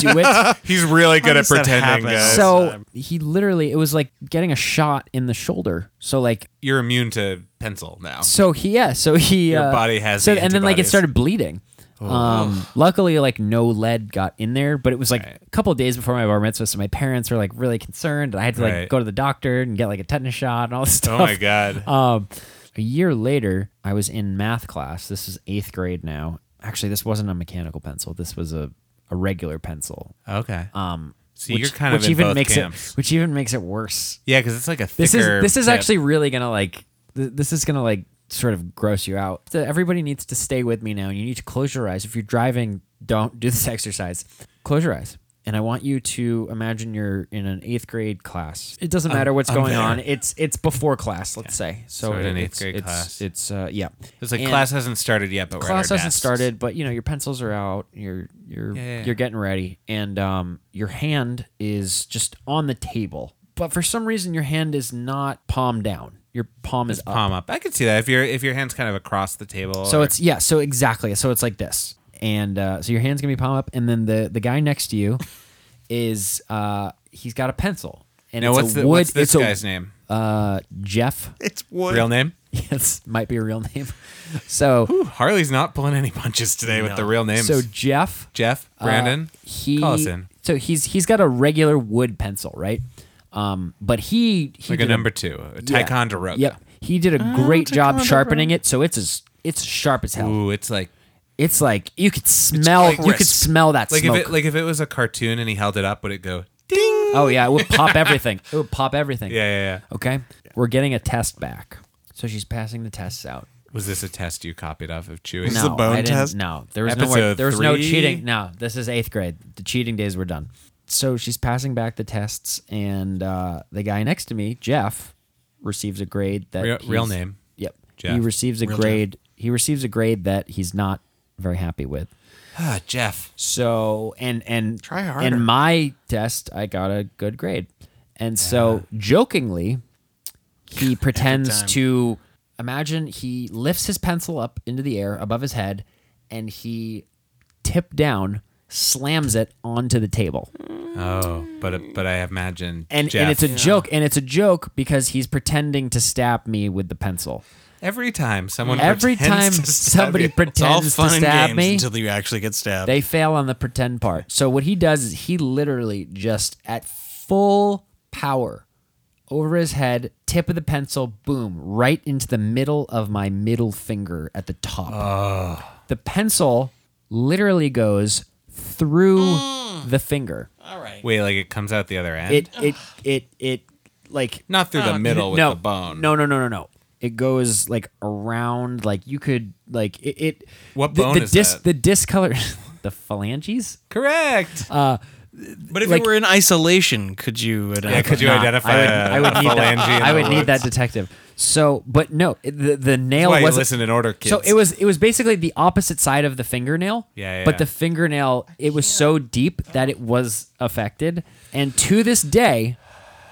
[SPEAKER 1] do it.
[SPEAKER 2] He's really good at
[SPEAKER 3] does that
[SPEAKER 2] pretending,
[SPEAKER 3] happen?
[SPEAKER 2] guys.
[SPEAKER 1] so he literally it was like getting a shot in the shoulder. So like
[SPEAKER 2] You're immune to pencil now.
[SPEAKER 1] So he, yeah, so he.
[SPEAKER 2] Your
[SPEAKER 1] uh,
[SPEAKER 2] body has
[SPEAKER 1] So
[SPEAKER 2] the
[SPEAKER 1] and then like it
[SPEAKER 2] antibodies. Oh.
[SPEAKER 1] started bleeding. Um, luckily, like no lead got in there, but it was like
[SPEAKER 2] Right.
[SPEAKER 1] a couple of days before my bar mitzvah, so my parents were like really concerned, and I had to like
[SPEAKER 2] Right.
[SPEAKER 1] go to the doctor and get like a tetanus shot and all this
[SPEAKER 2] Oh
[SPEAKER 1] stuff.
[SPEAKER 2] my god.
[SPEAKER 1] Um, a year later, I was in math class. This is eighth grade now. Actually, this wasn't a mechanical pencil. This was a a regular pencil.
[SPEAKER 2] Okay.
[SPEAKER 1] Um,
[SPEAKER 2] So you're kind of in both
[SPEAKER 1] makes
[SPEAKER 2] camps.
[SPEAKER 1] it, which even makes it worse.
[SPEAKER 2] yeah, because it's like a thicker.
[SPEAKER 1] This is this is
[SPEAKER 2] tip.
[SPEAKER 1] actually really gonna like th- this is gonna like sort of gross you out. So Everybody needs to stay with me now, and you need to close your eyes. If you're driving, don't do this exercise. Close your eyes, and I want you to imagine you're in an eighth grade class. It doesn't matter what's
[SPEAKER 2] I'm
[SPEAKER 1] going
[SPEAKER 2] there.
[SPEAKER 1] on. It's it's before class, let's say. So,
[SPEAKER 2] So in an
[SPEAKER 1] it-
[SPEAKER 2] eighth
[SPEAKER 1] it's,
[SPEAKER 2] grade
[SPEAKER 1] it's,
[SPEAKER 2] class.
[SPEAKER 1] It's uh, yeah.
[SPEAKER 2] It's like
[SPEAKER 1] And
[SPEAKER 2] class hasn't started yet, but
[SPEAKER 1] Class
[SPEAKER 2] we're at our
[SPEAKER 1] hasn't
[SPEAKER 2] desks.
[SPEAKER 1] started, but you know your pencils are out. You're you're
[SPEAKER 2] Yeah, yeah, yeah.
[SPEAKER 1] you're getting ready, and um, your hand is just on the table. But for some reason, your hand is not palm down. Your palm is up.
[SPEAKER 2] Palm up. I could see that if your if your hand's kind of across the table.
[SPEAKER 1] uh, So
[SPEAKER 2] or-
[SPEAKER 1] it's yeah. So exactly. So it's like this, and uh, so your hand's gonna be palm up, and then the the guy next to you is uh, he's got a pencil, and
[SPEAKER 2] now
[SPEAKER 1] it's
[SPEAKER 2] what's
[SPEAKER 1] a
[SPEAKER 2] the
[SPEAKER 1] wood.
[SPEAKER 2] what's this
[SPEAKER 1] it's
[SPEAKER 2] guy's
[SPEAKER 1] a,
[SPEAKER 2] name?
[SPEAKER 1] Uh, Jeff.
[SPEAKER 3] It's wood.
[SPEAKER 2] Real name?
[SPEAKER 1] Yes, might be a real name. So
[SPEAKER 2] Ooh, Harley's not pulling any punches today with the real names.
[SPEAKER 1] so Jeff.
[SPEAKER 2] Jeff,
[SPEAKER 1] Uh,
[SPEAKER 2] Brandon,
[SPEAKER 1] he
[SPEAKER 2] call us in.
[SPEAKER 1] so he's he's got a regular wood pencil, right? Um, but he, he
[SPEAKER 2] like a
[SPEAKER 1] did
[SPEAKER 2] number two, a
[SPEAKER 1] yeah.
[SPEAKER 2] Ticonderoga.
[SPEAKER 1] Yep, he did a great job sharpening it, so it's as it's sharp as hell.
[SPEAKER 2] Ooh, it's like
[SPEAKER 1] It's like you could smell
[SPEAKER 2] like
[SPEAKER 1] you could
[SPEAKER 2] crisp.
[SPEAKER 1] smell that
[SPEAKER 2] like
[SPEAKER 1] smoke.
[SPEAKER 2] if it like if it was a cartoon and he held it up, would it go ding?
[SPEAKER 1] oh yeah, it would pop everything. It would pop everything.
[SPEAKER 2] Yeah, yeah, yeah.
[SPEAKER 1] Okay, we're getting a test back, so she's passing the tests out.
[SPEAKER 2] Was this a test you copied off of Chewy?
[SPEAKER 1] no,
[SPEAKER 3] the bone
[SPEAKER 1] I didn't-
[SPEAKER 3] test?
[SPEAKER 1] No, there was no way,
[SPEAKER 2] Episode
[SPEAKER 1] there was no
[SPEAKER 2] three?
[SPEAKER 1] cheating. No, this is eighth grade. The cheating days were done. So she's passing back the tests, and uh, the guy next to me, Jeff, receives a grade that
[SPEAKER 2] Real-
[SPEAKER 1] he's-
[SPEAKER 2] real name.
[SPEAKER 1] Yep, he
[SPEAKER 2] Jeff.
[SPEAKER 1] receives a
[SPEAKER 3] Real Jeff.
[SPEAKER 1] grade. He receives a grade that he's not very happy with.
[SPEAKER 2] Ah, Jeff.
[SPEAKER 1] So and and
[SPEAKER 3] Try harder.
[SPEAKER 1] In my test, I got a good grade, and so jokingly, he pretends
[SPEAKER 3] time.
[SPEAKER 1] to imagine he lifts his pencil up into the air above his head, and he tip down slams it onto the table.
[SPEAKER 2] Oh, but but I imagine
[SPEAKER 1] And
[SPEAKER 2] Jeff.
[SPEAKER 1] and it's a joke and it's a joke because he's pretending to stab me with the pencil.
[SPEAKER 2] every time someone
[SPEAKER 1] Every time
[SPEAKER 2] pretends to stab
[SPEAKER 1] somebody
[SPEAKER 2] you.
[SPEAKER 3] It's all
[SPEAKER 1] pretends to
[SPEAKER 3] fun and
[SPEAKER 1] stab
[SPEAKER 3] games
[SPEAKER 1] me
[SPEAKER 3] until you actually get stabbed.
[SPEAKER 1] They fail on the pretend part. So what he does is he literally just at full power over his head, tip of the pencil, boom, right into the middle of my middle finger at the top. The pencil literally goes through the finger.
[SPEAKER 3] All right.
[SPEAKER 2] Wait, like it comes out the other end?
[SPEAKER 1] It it it it like
[SPEAKER 2] Not through the middle with
[SPEAKER 1] no,
[SPEAKER 2] the bone.
[SPEAKER 1] No, no, no, no, no. It goes like around. Like you could like it. it
[SPEAKER 2] What
[SPEAKER 1] the,
[SPEAKER 2] bone
[SPEAKER 1] the
[SPEAKER 2] is
[SPEAKER 1] dis-
[SPEAKER 2] that?
[SPEAKER 1] The discolor, the phalanges.
[SPEAKER 2] Correct.
[SPEAKER 1] Uh,
[SPEAKER 3] But if
[SPEAKER 1] like-
[SPEAKER 3] you were in isolation, could you uh,
[SPEAKER 2] yeah,
[SPEAKER 3] identify?
[SPEAKER 2] could you
[SPEAKER 1] Not-
[SPEAKER 2] identify
[SPEAKER 1] I would,
[SPEAKER 2] a-
[SPEAKER 1] I would
[SPEAKER 2] a
[SPEAKER 1] need that.
[SPEAKER 2] phalange in
[SPEAKER 1] I
[SPEAKER 2] the
[SPEAKER 1] would need
[SPEAKER 2] woods?
[SPEAKER 1] that detective. So, but no, it- the the nail
[SPEAKER 2] Why you
[SPEAKER 1] wasn't.
[SPEAKER 2] listen in order, kids.
[SPEAKER 1] So it was it was basically the opposite side of the fingernail.
[SPEAKER 2] Yeah, yeah,
[SPEAKER 1] But
[SPEAKER 2] yeah.
[SPEAKER 1] the fingernail it was so deep that it was affected, and to this day,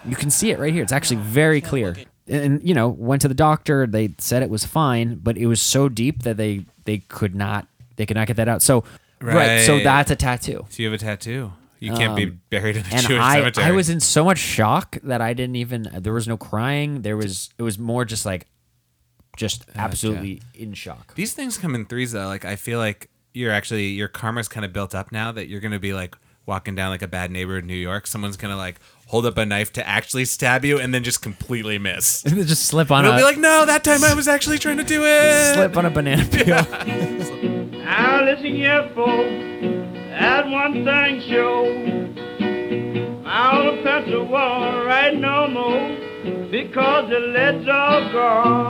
[SPEAKER 1] you can see it right here. It's actually very clear. And you know, went to the doctor. They said it was fine, but it was so deep that they they could not they could not get that out. So right, so
[SPEAKER 2] Right.
[SPEAKER 1] that's a tattoo.
[SPEAKER 2] So you have a tattoo. You can't be buried in a
[SPEAKER 1] Um, And
[SPEAKER 2] Jewish
[SPEAKER 1] I,
[SPEAKER 2] cemetery.
[SPEAKER 1] I was in so much shock that I didn't even there was no crying. There was it was more just like just absolutely in shock.
[SPEAKER 2] These things come in threes though. Like I feel like you're actually your karma's kind of built up now that you're gonna be like walking down like a bad neighbor in New York. Someone's gonna like hold up a knife to actually stab you and then just completely miss. And
[SPEAKER 1] They just slip on
[SPEAKER 2] it'll
[SPEAKER 1] a
[SPEAKER 2] be like, no, that time I was actually trying to do it.
[SPEAKER 1] slip on a banana peel.
[SPEAKER 8] Now listen here, folks. That one thing show. My old pencil won't write no more because the leads are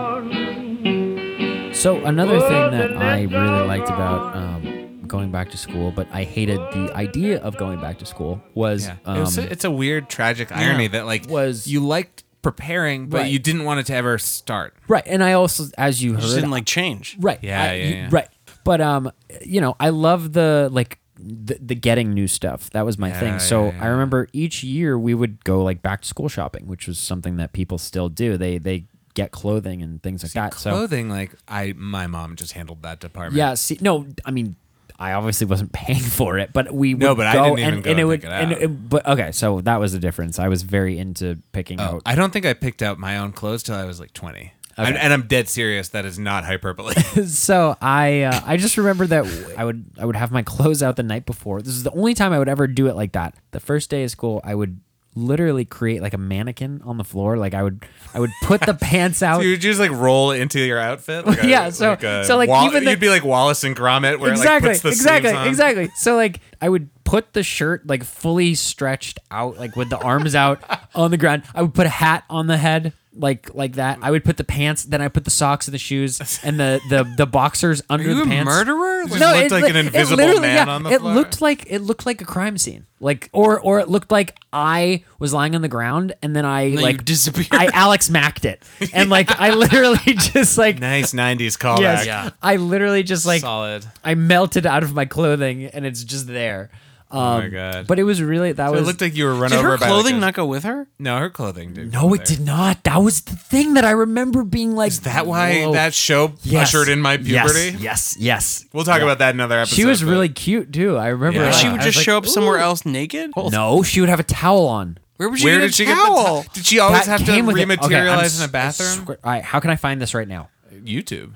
[SPEAKER 8] gone.
[SPEAKER 1] So another thing that I really liked about um, going back to school, but I hated the idea of going back to school was
[SPEAKER 2] Yeah.
[SPEAKER 1] um,
[SPEAKER 2] it was, it's a weird tragic irony that like
[SPEAKER 1] Was-
[SPEAKER 2] you liked preparing but
[SPEAKER 1] Right.
[SPEAKER 2] you didn't want it to ever start.
[SPEAKER 1] right, and I also as you heard,
[SPEAKER 3] Just didn't like change.
[SPEAKER 1] right,
[SPEAKER 2] Yeah,
[SPEAKER 1] I-
[SPEAKER 2] yeah,
[SPEAKER 1] you-
[SPEAKER 2] yeah.
[SPEAKER 1] right. But um, you know, I love the like the, the getting new stuff. That was my
[SPEAKER 2] yeah,
[SPEAKER 1] thing. So
[SPEAKER 2] yeah.
[SPEAKER 1] I remember each year we would go like back to school shopping, which was something that people still do. They they get clothing and things like that. so
[SPEAKER 2] Clothing, like I my mom just handled that department.
[SPEAKER 1] Yeah, see, no, I mean, I obviously wasn't paying for it, but we
[SPEAKER 2] No,
[SPEAKER 1] would
[SPEAKER 2] but I
[SPEAKER 1] go
[SPEAKER 2] didn't even
[SPEAKER 1] and,
[SPEAKER 2] go
[SPEAKER 1] and it
[SPEAKER 2] and
[SPEAKER 1] would,
[SPEAKER 2] pick it
[SPEAKER 1] and
[SPEAKER 2] out.
[SPEAKER 1] it- but okay, so that was the difference. I was very into picking out.
[SPEAKER 2] I don't think I picked out my own clothes till I was like 20. I'm,
[SPEAKER 1] Okay.
[SPEAKER 2] and I'm dead serious. That is not hyperbole.
[SPEAKER 1] So I, uh, I just remember that I would, I would have my clothes out the night before. This is the only time I would ever do it like that. The first day of school, I would literally create like a mannequin on the floor. Like I would, I would put the pants out.
[SPEAKER 2] So you would just like roll into your outfit. Like
[SPEAKER 1] Oh. Yeah, so-
[SPEAKER 2] a
[SPEAKER 1] so, like,
[SPEAKER 2] Wall-
[SPEAKER 1] even the-
[SPEAKER 2] you'd be like Wallace and Gromit, where
[SPEAKER 1] exactly,
[SPEAKER 2] it, like, puts the
[SPEAKER 1] exactly,
[SPEAKER 2] sleeves on.
[SPEAKER 1] exactly. So like, I would put the shirt like fully stretched out, like with the arms out on the ground. I would put a hat on the head, like like that. I would put the pants, then I put the socks and the shoes and the the the boxers under
[SPEAKER 2] you
[SPEAKER 1] the
[SPEAKER 2] a
[SPEAKER 1] pants.
[SPEAKER 2] murderer? Just
[SPEAKER 1] No,
[SPEAKER 2] looked
[SPEAKER 1] it,
[SPEAKER 2] like
[SPEAKER 1] li-
[SPEAKER 2] an
[SPEAKER 1] it
[SPEAKER 2] invisible
[SPEAKER 1] literally-
[SPEAKER 2] man
[SPEAKER 1] yeah,
[SPEAKER 2] on the
[SPEAKER 1] It
[SPEAKER 2] floor.
[SPEAKER 1] looked like it looked like a crime scene, like or or it looked like I was lying on the ground and then I
[SPEAKER 3] you
[SPEAKER 1] like
[SPEAKER 3] disappeared.
[SPEAKER 1] I Alex Macked it, and like I literally just like.
[SPEAKER 2] Nice '90s callback.
[SPEAKER 1] Yes, I literally just like
[SPEAKER 2] solid.
[SPEAKER 1] I melted out of my clothing and it's just there. Um, oh
[SPEAKER 2] my God.
[SPEAKER 1] But it was really that
[SPEAKER 2] So it
[SPEAKER 1] was
[SPEAKER 2] looked like you were run
[SPEAKER 3] Did
[SPEAKER 2] over
[SPEAKER 3] her
[SPEAKER 2] by
[SPEAKER 3] clothing
[SPEAKER 2] like
[SPEAKER 3] not go with her?
[SPEAKER 2] a, No, her clothing did.
[SPEAKER 1] no, it did not. That was the thing that I remember being like.
[SPEAKER 2] Is that why
[SPEAKER 1] whoa.
[SPEAKER 2] that show
[SPEAKER 1] Yes.
[SPEAKER 2] ushered in my
[SPEAKER 1] Yes,
[SPEAKER 2] puberty?
[SPEAKER 1] Yes, yes.
[SPEAKER 2] We'll talk about that in another episode.
[SPEAKER 1] She was
[SPEAKER 2] but-
[SPEAKER 1] really cute too. I remember.
[SPEAKER 2] Yeah.
[SPEAKER 1] like-
[SPEAKER 3] she
[SPEAKER 1] I
[SPEAKER 3] would
[SPEAKER 1] was
[SPEAKER 3] just
[SPEAKER 1] like,
[SPEAKER 3] show up somewhere
[SPEAKER 1] "Ooh."
[SPEAKER 3] else naked.
[SPEAKER 1] No, she would have a towel on.
[SPEAKER 3] Where would you
[SPEAKER 2] Where
[SPEAKER 3] get
[SPEAKER 2] did she
[SPEAKER 3] a
[SPEAKER 2] get the
[SPEAKER 3] towel?
[SPEAKER 2] towel? Did she always
[SPEAKER 1] That
[SPEAKER 2] Oh, have to
[SPEAKER 1] came with it. Okay, I'm
[SPEAKER 2] rematerialize
[SPEAKER 1] s-
[SPEAKER 2] in a bathroom?
[SPEAKER 1] squ- all right, how can I find this right now?
[SPEAKER 2] YouTube.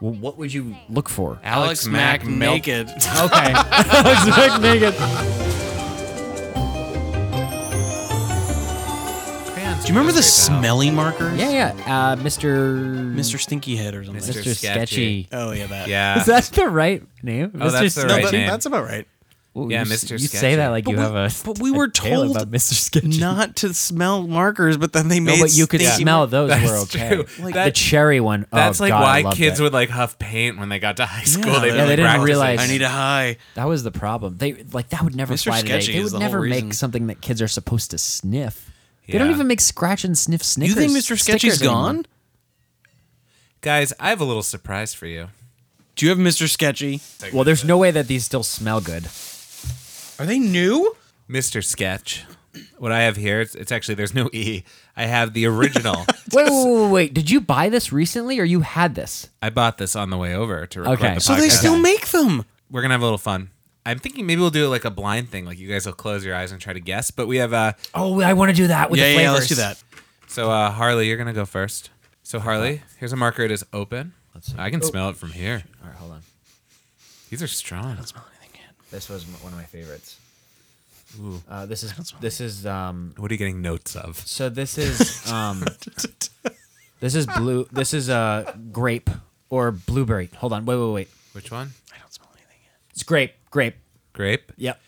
[SPEAKER 1] Well, what would you look for?
[SPEAKER 3] Alex Mack naked.
[SPEAKER 1] Okay, Alex Mack naked.
[SPEAKER 2] Do
[SPEAKER 3] Do you remember the
[SPEAKER 2] uh,
[SPEAKER 3] smelly markers?
[SPEAKER 1] Yeah, yeah. Uh, Mr.
[SPEAKER 3] Mr. Stinky Head or something.
[SPEAKER 2] Mr.
[SPEAKER 1] Mr. Sketchy.
[SPEAKER 2] Sketchy.
[SPEAKER 3] Oh yeah, that.
[SPEAKER 2] Yeah.
[SPEAKER 1] Is that the right name?
[SPEAKER 2] Oh, that's the
[SPEAKER 1] Sketchy?
[SPEAKER 2] right
[SPEAKER 3] No, that-
[SPEAKER 2] name.
[SPEAKER 3] that's about right.
[SPEAKER 1] Ooh,
[SPEAKER 2] Yeah,
[SPEAKER 1] you s-
[SPEAKER 2] Mr.
[SPEAKER 1] You say
[SPEAKER 2] Sketchy.
[SPEAKER 1] that like
[SPEAKER 3] But
[SPEAKER 1] you
[SPEAKER 3] we-
[SPEAKER 1] have a.
[SPEAKER 3] but we were
[SPEAKER 1] a tale
[SPEAKER 3] told
[SPEAKER 1] about Mr. Sketchy.
[SPEAKER 3] Not to smell markers, but then they
[SPEAKER 1] no,
[SPEAKER 3] made.
[SPEAKER 1] but you could
[SPEAKER 3] stinky
[SPEAKER 1] smell those
[SPEAKER 2] That's
[SPEAKER 1] were okay.
[SPEAKER 2] true. Like,
[SPEAKER 1] the
[SPEAKER 2] that-
[SPEAKER 1] cherry one. oh,
[SPEAKER 2] That's like
[SPEAKER 1] God, I
[SPEAKER 2] why
[SPEAKER 1] loved
[SPEAKER 2] kids
[SPEAKER 1] it.
[SPEAKER 2] would like huff paint when they got to high school.
[SPEAKER 3] Yeah,
[SPEAKER 2] They'd be,
[SPEAKER 3] they- Yeah,
[SPEAKER 2] like,
[SPEAKER 3] they
[SPEAKER 1] didn't
[SPEAKER 2] practicing.
[SPEAKER 1] realize-
[SPEAKER 3] I need a high.
[SPEAKER 1] That was the problem. They like that would never
[SPEAKER 3] Mr.
[SPEAKER 1] fly today.
[SPEAKER 3] Sketchy
[SPEAKER 1] They
[SPEAKER 3] is
[SPEAKER 1] would
[SPEAKER 3] the
[SPEAKER 1] never
[SPEAKER 3] whole
[SPEAKER 1] make
[SPEAKER 3] reason.
[SPEAKER 1] something that kids are supposed to sniff. They don't
[SPEAKER 2] Yeah.
[SPEAKER 1] even make scratch and sniff
[SPEAKER 3] You
[SPEAKER 1] Snickers.
[SPEAKER 3] think Mr. Sketchy's
[SPEAKER 1] stickers anymore.
[SPEAKER 3] gone?
[SPEAKER 2] Guys, I have a little surprise for you.
[SPEAKER 3] Do you have Mr. Sketchy?
[SPEAKER 1] Well, there's no way that these still smell good.
[SPEAKER 3] Are they new?
[SPEAKER 2] Mr. Sketch. What I have here, it's, it's actually, there's no E. I have the original.
[SPEAKER 1] Wait, wait, wait, wait, wait. Did you buy this recently, or you had this?
[SPEAKER 2] I bought this on the way over to record
[SPEAKER 1] Okay.
[SPEAKER 2] the podcast.
[SPEAKER 1] So
[SPEAKER 3] Do they still make them?
[SPEAKER 2] We're going to have a little fun. I'm thinking maybe we'll do it like a blind thing. Like you guys will close your eyes and try to guess. But we have, uh,
[SPEAKER 1] Oh, I want to do that with
[SPEAKER 3] yeah,
[SPEAKER 1] the
[SPEAKER 3] yeah,
[SPEAKER 1] flavors.
[SPEAKER 3] yeah, let's do that.
[SPEAKER 2] so uh, Harley, you're going to go first. So Harley, here's a marker. It is open. I can smell it from here.
[SPEAKER 1] All right, hold on.
[SPEAKER 2] These are strong.
[SPEAKER 1] This was m- one of my favorites. Uh, this is this is um.
[SPEAKER 2] What are you getting notes of?
[SPEAKER 1] So this is um. this is blue. This is uh, grape or blueberry. Hold on. Wait, wait, wait.
[SPEAKER 2] Which one?
[SPEAKER 3] I don't smell anything yet.
[SPEAKER 1] It's grape. Grape.
[SPEAKER 2] Grape?
[SPEAKER 1] Yep.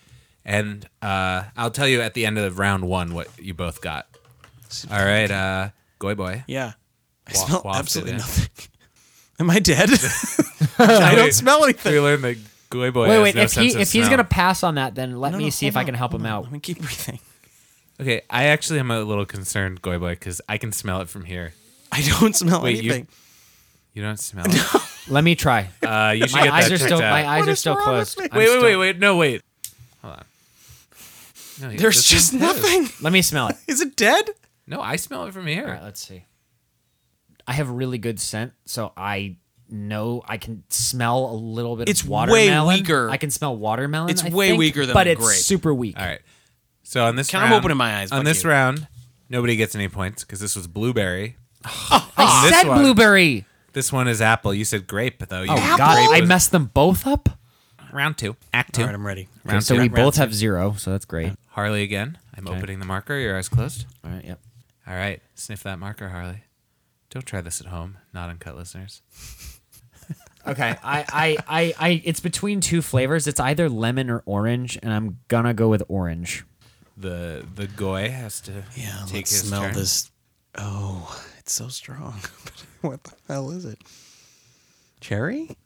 [SPEAKER 2] And uh, I'll tell you at the end of round one what you both got. All right, uh, Goy Boy.
[SPEAKER 3] Yeah. I
[SPEAKER 2] Waft-
[SPEAKER 3] smell
[SPEAKER 2] wafted
[SPEAKER 3] absolutely
[SPEAKER 2] it.
[SPEAKER 3] nothing. Am I dead? I don't smell anything.
[SPEAKER 2] We learned that Goy Boy.
[SPEAKER 1] Wait, wait.
[SPEAKER 2] has Oh, no
[SPEAKER 1] if he
[SPEAKER 2] sense of
[SPEAKER 1] if he's
[SPEAKER 2] smell.
[SPEAKER 1] gonna pass on that, then let
[SPEAKER 3] No,
[SPEAKER 1] me
[SPEAKER 3] no,
[SPEAKER 1] see if
[SPEAKER 3] hold
[SPEAKER 1] I can
[SPEAKER 3] on,
[SPEAKER 1] help
[SPEAKER 3] hold
[SPEAKER 1] him
[SPEAKER 3] on.
[SPEAKER 1] out.
[SPEAKER 3] Let me keep breathing.
[SPEAKER 2] Okay, I actually am a little concerned, Goy Boy, because I can smell it from here.
[SPEAKER 3] I don't smell
[SPEAKER 2] Wait, you-
[SPEAKER 3] anything.
[SPEAKER 2] You don't smell it.
[SPEAKER 1] Let me try.
[SPEAKER 2] Uh, you should
[SPEAKER 1] My
[SPEAKER 2] get
[SPEAKER 1] eyes
[SPEAKER 2] that
[SPEAKER 1] are
[SPEAKER 2] checked
[SPEAKER 1] still
[SPEAKER 2] out.
[SPEAKER 1] my eyes
[SPEAKER 3] What
[SPEAKER 1] are
[SPEAKER 3] is
[SPEAKER 1] still
[SPEAKER 3] wrong
[SPEAKER 1] closed.
[SPEAKER 3] with
[SPEAKER 1] I'm
[SPEAKER 2] wait, wait,
[SPEAKER 1] still-
[SPEAKER 2] wait, wait. No, wait. Hold on. No, yeah,
[SPEAKER 3] There's
[SPEAKER 2] this
[SPEAKER 3] just
[SPEAKER 2] is-
[SPEAKER 3] nothing.
[SPEAKER 1] Let me smell it.
[SPEAKER 3] Is it dead?
[SPEAKER 2] No, I smell it from here.
[SPEAKER 1] All right, let's see. I have really good scent, so I know I can smell a little bit
[SPEAKER 3] It's
[SPEAKER 1] of
[SPEAKER 3] way
[SPEAKER 1] watermelon.
[SPEAKER 3] weaker.
[SPEAKER 1] I can smell watermelon.
[SPEAKER 3] It's
[SPEAKER 1] I
[SPEAKER 3] way
[SPEAKER 1] think,
[SPEAKER 3] weaker than
[SPEAKER 1] but
[SPEAKER 3] the
[SPEAKER 1] it's
[SPEAKER 3] grape.
[SPEAKER 1] super weak.
[SPEAKER 2] All right. So on this
[SPEAKER 3] Can I'm
[SPEAKER 2] round,
[SPEAKER 3] opening my eyes,
[SPEAKER 2] On
[SPEAKER 3] fuck
[SPEAKER 2] this
[SPEAKER 3] you.
[SPEAKER 2] round, nobody gets any points because this was blueberry.
[SPEAKER 1] Oh, I
[SPEAKER 2] This
[SPEAKER 1] said
[SPEAKER 2] one-
[SPEAKER 1] blueberry.
[SPEAKER 2] This one is apple. You said grape though. You
[SPEAKER 1] Oh
[SPEAKER 2] grape
[SPEAKER 1] God, I
[SPEAKER 2] was-
[SPEAKER 1] messed them both up.
[SPEAKER 2] round two, act two.
[SPEAKER 3] All right, I'm ready.
[SPEAKER 1] Okay,
[SPEAKER 2] round
[SPEAKER 1] so
[SPEAKER 2] two.
[SPEAKER 1] we
[SPEAKER 2] Round
[SPEAKER 1] both
[SPEAKER 2] two.
[SPEAKER 1] have zero, so that's great.
[SPEAKER 2] Harley again. I'm opening the marker. Your eyes closed.
[SPEAKER 1] All right, yep.
[SPEAKER 2] All right, sniff that marker, Harley. Don't try this at home. Not uncut listeners.
[SPEAKER 1] Okay, I, I, I, I, it's between two flavors. It's either lemon or orange, and I'm gonna go with orange.
[SPEAKER 2] The the goy has to
[SPEAKER 3] Yeah,
[SPEAKER 2] take
[SPEAKER 3] let's
[SPEAKER 2] his
[SPEAKER 3] smell
[SPEAKER 2] turn.
[SPEAKER 3] this. Oh, it's so strong. what the hell is it? Cherry?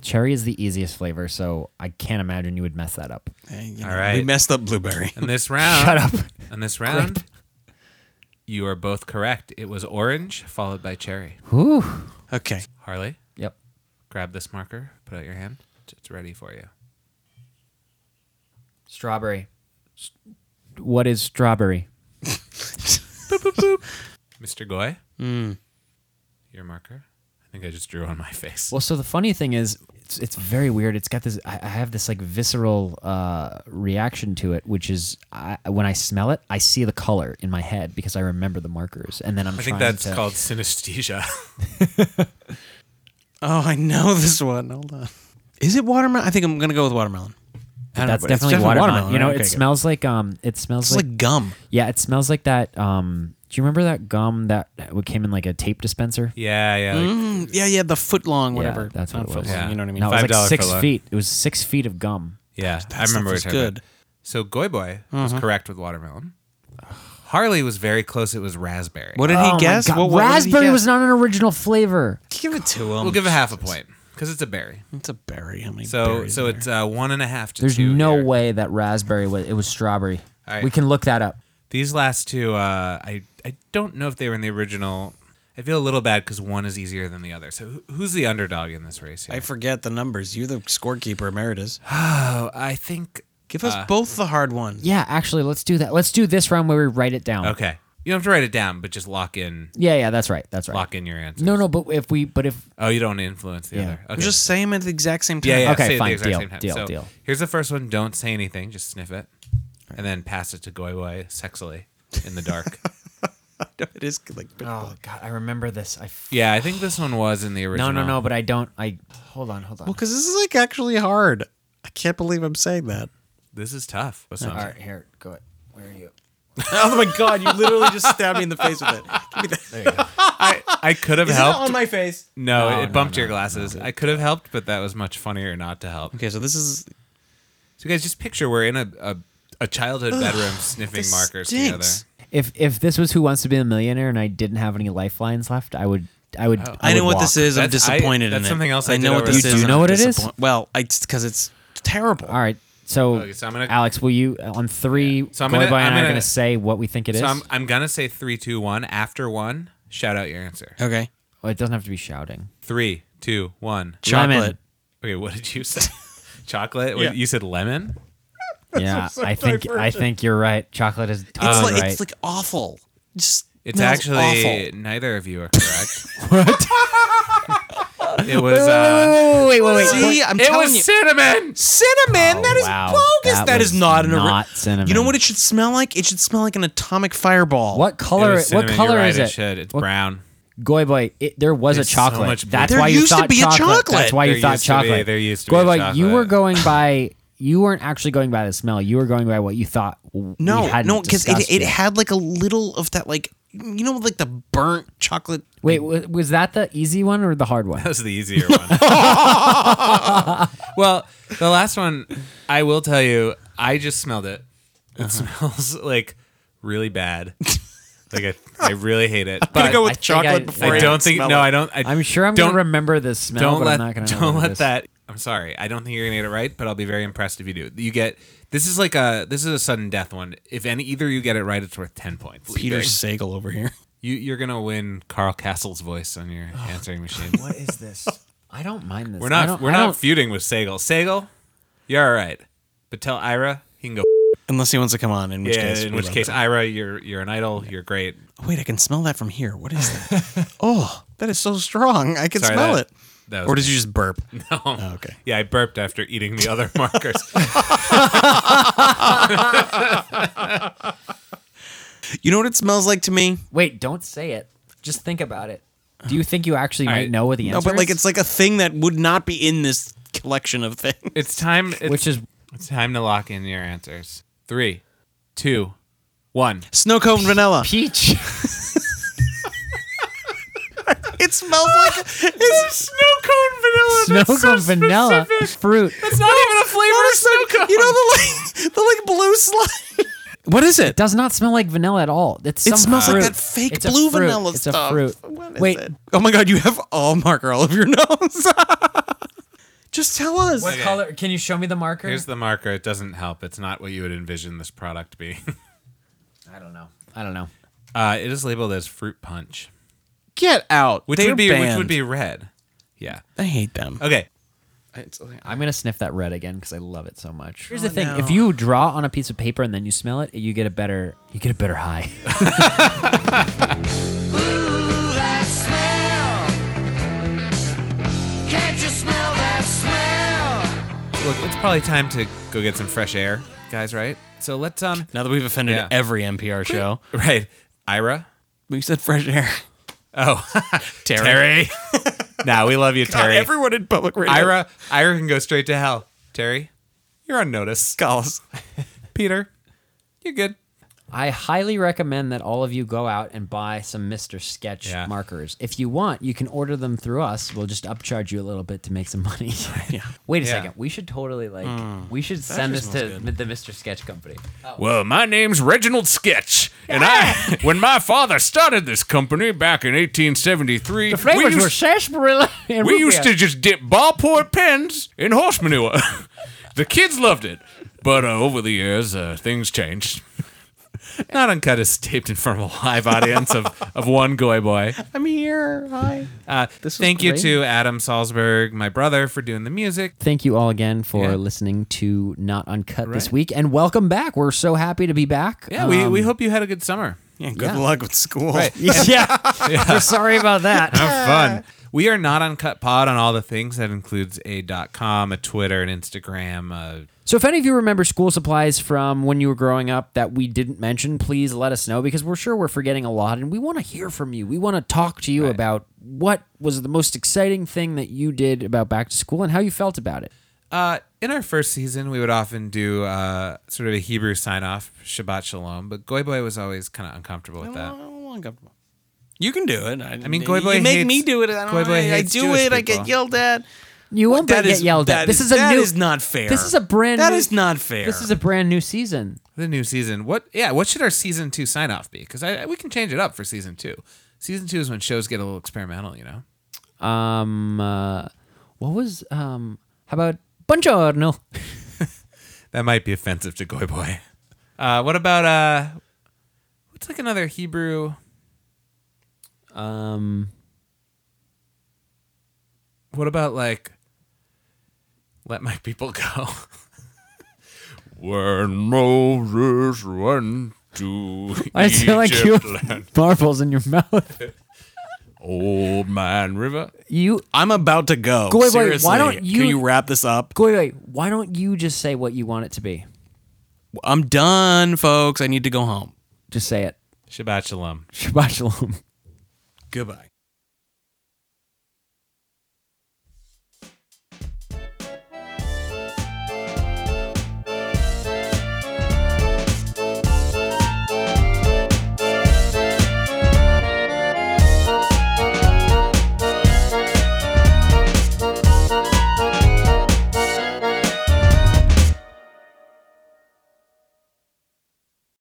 [SPEAKER 1] Cherry is the easiest flavor, so I can't imagine you would mess that up.
[SPEAKER 3] Hey, you
[SPEAKER 2] All
[SPEAKER 3] know, We
[SPEAKER 2] right.
[SPEAKER 3] messed up blueberry.
[SPEAKER 2] In this round,
[SPEAKER 1] Shut up.
[SPEAKER 2] In this round, you are both correct. It was orange followed by cherry.
[SPEAKER 1] Ooh.
[SPEAKER 3] Okay.
[SPEAKER 2] Harley,
[SPEAKER 1] Yep.
[SPEAKER 2] grab this marker. Put out your hand. It's ready for you.
[SPEAKER 1] Strawberry. What is strawberry?
[SPEAKER 2] Mr. Goy,
[SPEAKER 3] Hmm.
[SPEAKER 2] your marker. I think I just drew on my face.
[SPEAKER 1] Well, so the funny thing is, it's, it's very weird. It's got this. I, I have this like visceral uh, reaction to it, which is I, when I smell it, I see the color in my head because I remember the markers, and then I'm.
[SPEAKER 2] I think
[SPEAKER 1] trying
[SPEAKER 2] that's
[SPEAKER 1] to-
[SPEAKER 2] called synesthesia.
[SPEAKER 3] Oh, I know this one. Hold on. Is it watermelon? I think I'm gonna go with watermelon. I don't know,
[SPEAKER 1] That's
[SPEAKER 3] but it's
[SPEAKER 1] definitely watermelon. You know,
[SPEAKER 3] right?
[SPEAKER 1] it
[SPEAKER 3] Okay, good.
[SPEAKER 1] smells like um, it smells
[SPEAKER 3] It's
[SPEAKER 1] like,
[SPEAKER 3] like gum.
[SPEAKER 1] yeah, it smells like that um. Do you remember that gum that came in like a tape dispenser?
[SPEAKER 2] yeah, yeah. like-
[SPEAKER 3] Mm, yeah, yeah, the foot long, whatever.
[SPEAKER 1] that's what
[SPEAKER 3] Not
[SPEAKER 1] it
[SPEAKER 3] foot
[SPEAKER 1] was.
[SPEAKER 3] long,
[SPEAKER 2] Yeah.
[SPEAKER 3] You know what I mean?
[SPEAKER 1] No, it was
[SPEAKER 2] $5
[SPEAKER 1] like six
[SPEAKER 2] filler.
[SPEAKER 1] feet. It was six feet of gum.
[SPEAKER 2] yeah, I
[SPEAKER 3] That stuff
[SPEAKER 2] remember
[SPEAKER 3] is
[SPEAKER 2] what you're talking about.
[SPEAKER 3] good.
[SPEAKER 2] So Goy Boy was correct with watermelon. Harley was very close. It was raspberry.
[SPEAKER 3] What did
[SPEAKER 1] oh
[SPEAKER 3] he
[SPEAKER 1] my
[SPEAKER 3] guess?
[SPEAKER 1] God.
[SPEAKER 3] What- what did he
[SPEAKER 1] Raspberry
[SPEAKER 3] guess?
[SPEAKER 1] was not an original flavor.
[SPEAKER 3] Give it to him.
[SPEAKER 2] We'll give a half a point because it's a berry.
[SPEAKER 3] It's a berry. How many
[SPEAKER 2] So
[SPEAKER 3] berries
[SPEAKER 2] so
[SPEAKER 3] are
[SPEAKER 2] it's uh, one and a half to
[SPEAKER 1] There's
[SPEAKER 2] two.
[SPEAKER 1] no
[SPEAKER 2] here.
[SPEAKER 1] way that raspberry was. It was strawberry.
[SPEAKER 2] All right.
[SPEAKER 1] We can look that up.
[SPEAKER 2] These last two, uh, I I don't know if they were in the original. I feel a little bad because one is easier than the other. So who- who's the underdog in this race?
[SPEAKER 3] there?
[SPEAKER 2] Here?
[SPEAKER 3] I forget the numbers. You're the scorekeeper emeritus.
[SPEAKER 2] oh, I think
[SPEAKER 3] Give us both the hard ones.
[SPEAKER 1] Yeah, actually, let's do that. Let's do this round where we write it down.
[SPEAKER 2] Uh, okay. You don't have to write it down, but just lock in
[SPEAKER 1] Yeah, yeah, that's right. That's right.
[SPEAKER 2] lock in your answer.
[SPEAKER 1] No, no, but if we, but if
[SPEAKER 2] Oh, you don't want to influence the
[SPEAKER 1] Yeah.
[SPEAKER 2] other. Okay.
[SPEAKER 3] Just say them at the exact same time.
[SPEAKER 2] yeah, yeah.
[SPEAKER 1] Okay,
[SPEAKER 2] say it at
[SPEAKER 1] fine,
[SPEAKER 2] The exact
[SPEAKER 1] deal,
[SPEAKER 2] same time.
[SPEAKER 1] deal,
[SPEAKER 2] so
[SPEAKER 1] deal.
[SPEAKER 2] Here's the first one. Don't say anything. Just sniff it, and then pass it to Goy Boy sexily in the dark.
[SPEAKER 3] It is like.
[SPEAKER 1] oh god, I remember this. I f-
[SPEAKER 2] yeah, I think this one was in the
[SPEAKER 1] no,
[SPEAKER 2] original.
[SPEAKER 1] no, no, but I don't. I hold on, hold on.
[SPEAKER 3] Well, because this is like actually hard. I can't believe I'm saying that.
[SPEAKER 2] This is tough. This one's-
[SPEAKER 1] All right, here, go. It. Where are you?
[SPEAKER 3] Oh my god! You literally just stabbed me in the face with it. Give me that.
[SPEAKER 2] I, I could have helped.
[SPEAKER 3] my face.
[SPEAKER 2] No, it bumped your glasses. I could have helped, but that was much funnier not to help.
[SPEAKER 3] Okay, so this is
[SPEAKER 2] So, guys, just picture we're in a, a, a childhood bedroom sniffing
[SPEAKER 3] this
[SPEAKER 2] markers
[SPEAKER 3] stinks.
[SPEAKER 2] together.
[SPEAKER 1] If if this was Who Wants to Be a Millionaire and I didn't have any lifelines left, I would, I would.
[SPEAKER 2] Oh.
[SPEAKER 3] I, know
[SPEAKER 1] would
[SPEAKER 3] what this
[SPEAKER 1] walk.
[SPEAKER 3] is. I'm
[SPEAKER 2] That's- I-
[SPEAKER 3] disappointed in
[SPEAKER 2] that's
[SPEAKER 3] it.
[SPEAKER 2] something else I
[SPEAKER 3] I
[SPEAKER 2] did
[SPEAKER 3] know what
[SPEAKER 2] over
[SPEAKER 3] this
[SPEAKER 2] the
[SPEAKER 3] is.
[SPEAKER 1] summer.
[SPEAKER 3] and I'm
[SPEAKER 1] You know what it is?
[SPEAKER 3] disappoint- Well, I because it's terrible.
[SPEAKER 1] All right. So,
[SPEAKER 2] Okay, so I'm gonna-
[SPEAKER 1] Alex, will you on three?
[SPEAKER 2] So I'm
[SPEAKER 1] Goy
[SPEAKER 2] gonna-
[SPEAKER 1] Boy and
[SPEAKER 2] I'm
[SPEAKER 1] I are
[SPEAKER 2] gonna-
[SPEAKER 1] going to say what we think it is.
[SPEAKER 2] So, I'm, I'm going to say three, two, one. After one, shout out your answer.
[SPEAKER 3] Okay.
[SPEAKER 1] Oh, it doesn't have to be shouting.
[SPEAKER 2] Three, two, one.
[SPEAKER 3] Chocolate.
[SPEAKER 2] Okay, what did you say? Chocolate? Wait,
[SPEAKER 3] Yeah.
[SPEAKER 2] You said lemon?
[SPEAKER 1] Yeah, I think I think you're right. Chocolate is
[SPEAKER 3] It's
[SPEAKER 1] totally
[SPEAKER 3] like
[SPEAKER 1] right.
[SPEAKER 3] it's like awful. Just
[SPEAKER 2] It's
[SPEAKER 3] smells
[SPEAKER 2] actually
[SPEAKER 3] awful.
[SPEAKER 2] neither of you are correct. what? It was. Uh,
[SPEAKER 1] oh, wait, wait, wait.
[SPEAKER 3] See, I'm
[SPEAKER 2] it
[SPEAKER 3] telling
[SPEAKER 2] was
[SPEAKER 3] you,
[SPEAKER 2] cinnamon.
[SPEAKER 3] cinnamon. that is
[SPEAKER 1] wow.
[SPEAKER 3] bogus.
[SPEAKER 1] That
[SPEAKER 3] that is
[SPEAKER 1] was
[SPEAKER 3] not an. ori-
[SPEAKER 1] not cinnamon.
[SPEAKER 3] You know what it should smell like? It should smell like an atomic fireball.
[SPEAKER 1] What color?
[SPEAKER 2] It
[SPEAKER 1] What
[SPEAKER 2] was cinnamon.
[SPEAKER 1] color
[SPEAKER 2] You're right,
[SPEAKER 1] is
[SPEAKER 2] it
[SPEAKER 1] it?
[SPEAKER 2] should. It's
[SPEAKER 1] What-
[SPEAKER 2] brown.
[SPEAKER 1] Goy boy, it, there was
[SPEAKER 2] There's
[SPEAKER 1] a
[SPEAKER 2] so
[SPEAKER 1] chocolate.
[SPEAKER 2] much blue.
[SPEAKER 1] That's
[SPEAKER 3] There
[SPEAKER 1] why you
[SPEAKER 3] used to
[SPEAKER 1] thought
[SPEAKER 3] be a
[SPEAKER 1] chocolate.
[SPEAKER 3] chocolate.
[SPEAKER 1] That's why you
[SPEAKER 2] There
[SPEAKER 1] thought
[SPEAKER 2] used to be-
[SPEAKER 1] chocolate.
[SPEAKER 2] there used to
[SPEAKER 1] Goy
[SPEAKER 2] be a
[SPEAKER 1] boy, you
[SPEAKER 2] chocolate.
[SPEAKER 1] were going by. You weren't actually going by the smell. You were going by what you thought.
[SPEAKER 3] No, no, because
[SPEAKER 1] because
[SPEAKER 3] it, it had like a little of that like you know like the burnt chocolate.
[SPEAKER 1] Wait, wa- was that the easy one or the hard one?
[SPEAKER 2] That was the easier one. well, the last one, I will tell you, I just smelled it. It
[SPEAKER 1] Uh-huh.
[SPEAKER 2] smells like really bad. like I, I really hate it. But
[SPEAKER 3] gonna go with
[SPEAKER 1] I think
[SPEAKER 3] chocolate
[SPEAKER 1] I-
[SPEAKER 3] before
[SPEAKER 2] I
[SPEAKER 3] you
[SPEAKER 2] don't think.
[SPEAKER 3] smell
[SPEAKER 2] No,
[SPEAKER 3] it.
[SPEAKER 2] I don't. I,
[SPEAKER 1] I'm sure I'm
[SPEAKER 2] don't
[SPEAKER 1] gonna remember this smell,
[SPEAKER 2] Don't
[SPEAKER 1] but
[SPEAKER 2] let
[SPEAKER 1] I'm not gonna. know
[SPEAKER 2] don't
[SPEAKER 1] what it
[SPEAKER 2] let
[SPEAKER 1] is.
[SPEAKER 2] that. I'm sorry. I don't think you're gonna get it right, but I'll be very impressed if you do. You get this is like a this is a sudden death one. If any either you get it right, it's worth ten points.
[SPEAKER 3] Peter Sagal over here.
[SPEAKER 2] you you're gonna win Carl Castle's voice on your answering machine.
[SPEAKER 9] What is this?
[SPEAKER 1] I don't mind this.
[SPEAKER 2] We're
[SPEAKER 1] I
[SPEAKER 2] not
[SPEAKER 1] don't-
[SPEAKER 2] we're
[SPEAKER 1] I
[SPEAKER 2] not
[SPEAKER 1] don't-
[SPEAKER 2] feuding with Sagal. Sagal, you're all right. But tell Ira he can go.
[SPEAKER 3] Unless he wants to come on, in which
[SPEAKER 2] yeah,
[SPEAKER 3] case.
[SPEAKER 2] in
[SPEAKER 3] we
[SPEAKER 2] which
[SPEAKER 3] love
[SPEAKER 2] case,
[SPEAKER 3] him.
[SPEAKER 2] Ira, you're you're an idol. You're great.
[SPEAKER 3] Wait, I can smell that from here. What is that? oh, that is so strong. I can
[SPEAKER 2] Sorry,
[SPEAKER 3] smell
[SPEAKER 2] that-
[SPEAKER 3] it.
[SPEAKER 2] That was
[SPEAKER 3] Or did you just burp?
[SPEAKER 2] No.
[SPEAKER 1] Oh,
[SPEAKER 3] okay.
[SPEAKER 2] Yeah, I burped after eating the other markers.
[SPEAKER 3] You know what it smells like to me?
[SPEAKER 1] Wait, don't say it. Just think about it. Do you think you actually might
[SPEAKER 2] right.
[SPEAKER 1] know what the answer
[SPEAKER 3] No,
[SPEAKER 1] is?
[SPEAKER 3] but like it's like a thing that would not be in this collection of things.
[SPEAKER 2] it's time. It's,
[SPEAKER 1] which is
[SPEAKER 2] it's time to lock in your answers. Three, two, one.
[SPEAKER 3] Snow cone vanilla.
[SPEAKER 1] peach.
[SPEAKER 3] It smells like it's
[SPEAKER 2] Snow cone vanilla.
[SPEAKER 1] Snow cone vanilla fruit.
[SPEAKER 2] It's not even a flavor of snow cone.
[SPEAKER 3] you know the like the like blue slime. What is it?
[SPEAKER 1] Does not smell like vanilla at all. It's some
[SPEAKER 3] it smells
[SPEAKER 1] fruit.
[SPEAKER 3] like that fake
[SPEAKER 1] It's a
[SPEAKER 3] blue
[SPEAKER 1] fruit.
[SPEAKER 3] vanilla
[SPEAKER 1] it's
[SPEAKER 3] stuff.
[SPEAKER 1] a fruit.
[SPEAKER 3] What is
[SPEAKER 1] Wait,
[SPEAKER 3] it? Oh my god, you have all marker all over your nose. Just tell us.
[SPEAKER 1] what color? Can you show me the marker?
[SPEAKER 2] Here's the marker. It doesn't help. It's not what you would envision this product being.
[SPEAKER 1] I don't know. I don't know.
[SPEAKER 2] Uh, it is labeled as fruit punch,
[SPEAKER 3] Get out.
[SPEAKER 2] which
[SPEAKER 3] They're
[SPEAKER 2] would be which
[SPEAKER 3] banned.
[SPEAKER 2] would be red. Yeah.
[SPEAKER 3] I hate them.
[SPEAKER 2] Okay.
[SPEAKER 3] Oh,
[SPEAKER 1] I'm gonna sniff that red again because I love it so much. Here's the thing: if you draw on a piece of paper and then you smell it, you get a better you get a better high.
[SPEAKER 2] Look, it's probably time to go get some fresh air, guys. Right. So let's um.
[SPEAKER 3] Now that we've offended
[SPEAKER 2] Yeah.
[SPEAKER 3] every NPR show,
[SPEAKER 2] Right, Ira.
[SPEAKER 3] we said fresh air.
[SPEAKER 2] Oh,
[SPEAKER 3] Terry.
[SPEAKER 2] nah, we love you, Terry.
[SPEAKER 3] Everyone in public radio.
[SPEAKER 2] Ira, Ira can go straight to hell. Terry, you're on notice.
[SPEAKER 3] Skulls.
[SPEAKER 2] Peter, you're good.
[SPEAKER 1] I highly recommend that all of you go out and buy some Mr. Sketch
[SPEAKER 2] Yeah.
[SPEAKER 1] markers. If you want, you can order them through us. We'll just upcharge you a little bit to make some money. Wait a
[SPEAKER 2] Yeah. Hmm.
[SPEAKER 1] second. We should totally like we should send this to the Mr. Sketch company.
[SPEAKER 2] Well, my name's Reginald Sketch, and I, when my father started this company back in 1873,
[SPEAKER 1] Flavors were sarsaparilla and root beer.
[SPEAKER 2] just dip ballpoint pens in horse manure. the kids loved it, but uh, over the years, uh, things changed. Not Uncut is taped in front of a live audience of, of one goy boy.
[SPEAKER 3] I'm here. Hi.
[SPEAKER 2] Uh, thank you
[SPEAKER 1] great.
[SPEAKER 2] to Adam Salzberg, my brother, for doing the music.
[SPEAKER 1] Thank you all again for
[SPEAKER 2] Yeah.
[SPEAKER 1] listening to Not Uncut this
[SPEAKER 2] Right.
[SPEAKER 1] week and welcome back. We're so happy to be back.
[SPEAKER 2] Yeah, we,
[SPEAKER 1] Um,
[SPEAKER 2] we hope you had a good summer.
[SPEAKER 3] Yeah, good
[SPEAKER 1] Yeah.
[SPEAKER 3] luck with school.
[SPEAKER 2] Right.
[SPEAKER 1] yeah. We're sorry about that.
[SPEAKER 2] Have fun. We are not Uncut Pod on all the things. That includes a dot com, a Twitter, an Instagram. Uh,
[SPEAKER 1] So, if any of you remember school supplies from when you were growing up that we didn't mention, please let us know because we're sure we're forgetting a lot and we want to hear from you. We want to talk to you about what was the most exciting thing that you did about back to school and how you felt about it.
[SPEAKER 2] Uh, in our first season, we would often do uh, sort of a Hebrew sign off, Shabbat Shalom, but Goy Boy was always kind of uncomfortable with that.
[SPEAKER 3] Oh, uncomfortable. You can do it. I,
[SPEAKER 2] mean, Goy Boy
[SPEAKER 3] you make
[SPEAKER 2] hates-
[SPEAKER 3] me do it. I, don't
[SPEAKER 2] Goy Boy
[SPEAKER 3] I, I
[SPEAKER 2] hates
[SPEAKER 3] do
[SPEAKER 2] Jewish
[SPEAKER 3] it. I get
[SPEAKER 2] people.
[SPEAKER 3] yelled at.
[SPEAKER 1] You won't
[SPEAKER 3] That
[SPEAKER 1] get
[SPEAKER 3] is-
[SPEAKER 1] yelled
[SPEAKER 3] that
[SPEAKER 1] at. This
[SPEAKER 3] is-
[SPEAKER 1] is, a
[SPEAKER 3] that
[SPEAKER 1] new.
[SPEAKER 3] is not fair.
[SPEAKER 1] This is a brand.
[SPEAKER 3] That
[SPEAKER 1] new,
[SPEAKER 3] is not fair.
[SPEAKER 1] This is a brand new season.
[SPEAKER 2] The new season, what? Yeah, what should our season two sign off be? Because I, I- we can change it up for season two. Season two is when shows get a little experimental, you know.
[SPEAKER 1] Um, uh, what was um? How about buongiorno?
[SPEAKER 2] That might be offensive to Goy Boy. Uh, what about uh, what's like another Hebrew?
[SPEAKER 1] Um,
[SPEAKER 2] What about like, let my people go? when Moses went to
[SPEAKER 1] I just feel like you
[SPEAKER 2] Egypt
[SPEAKER 1] have
[SPEAKER 2] land,
[SPEAKER 1] marbles in your mouth.
[SPEAKER 2] old man river.
[SPEAKER 1] You
[SPEAKER 3] I'm about to go.
[SPEAKER 1] Goy Boy, why
[SPEAKER 3] Seriously.
[SPEAKER 1] don't you-
[SPEAKER 3] Can you wrap this up?
[SPEAKER 1] Goy, wait, why don't you just say what you want it to be?
[SPEAKER 3] I'm done, folks. I need to go home.
[SPEAKER 1] Just say it.
[SPEAKER 2] Shabbat shalom.
[SPEAKER 1] Shabbat shalom.
[SPEAKER 3] Goodbye.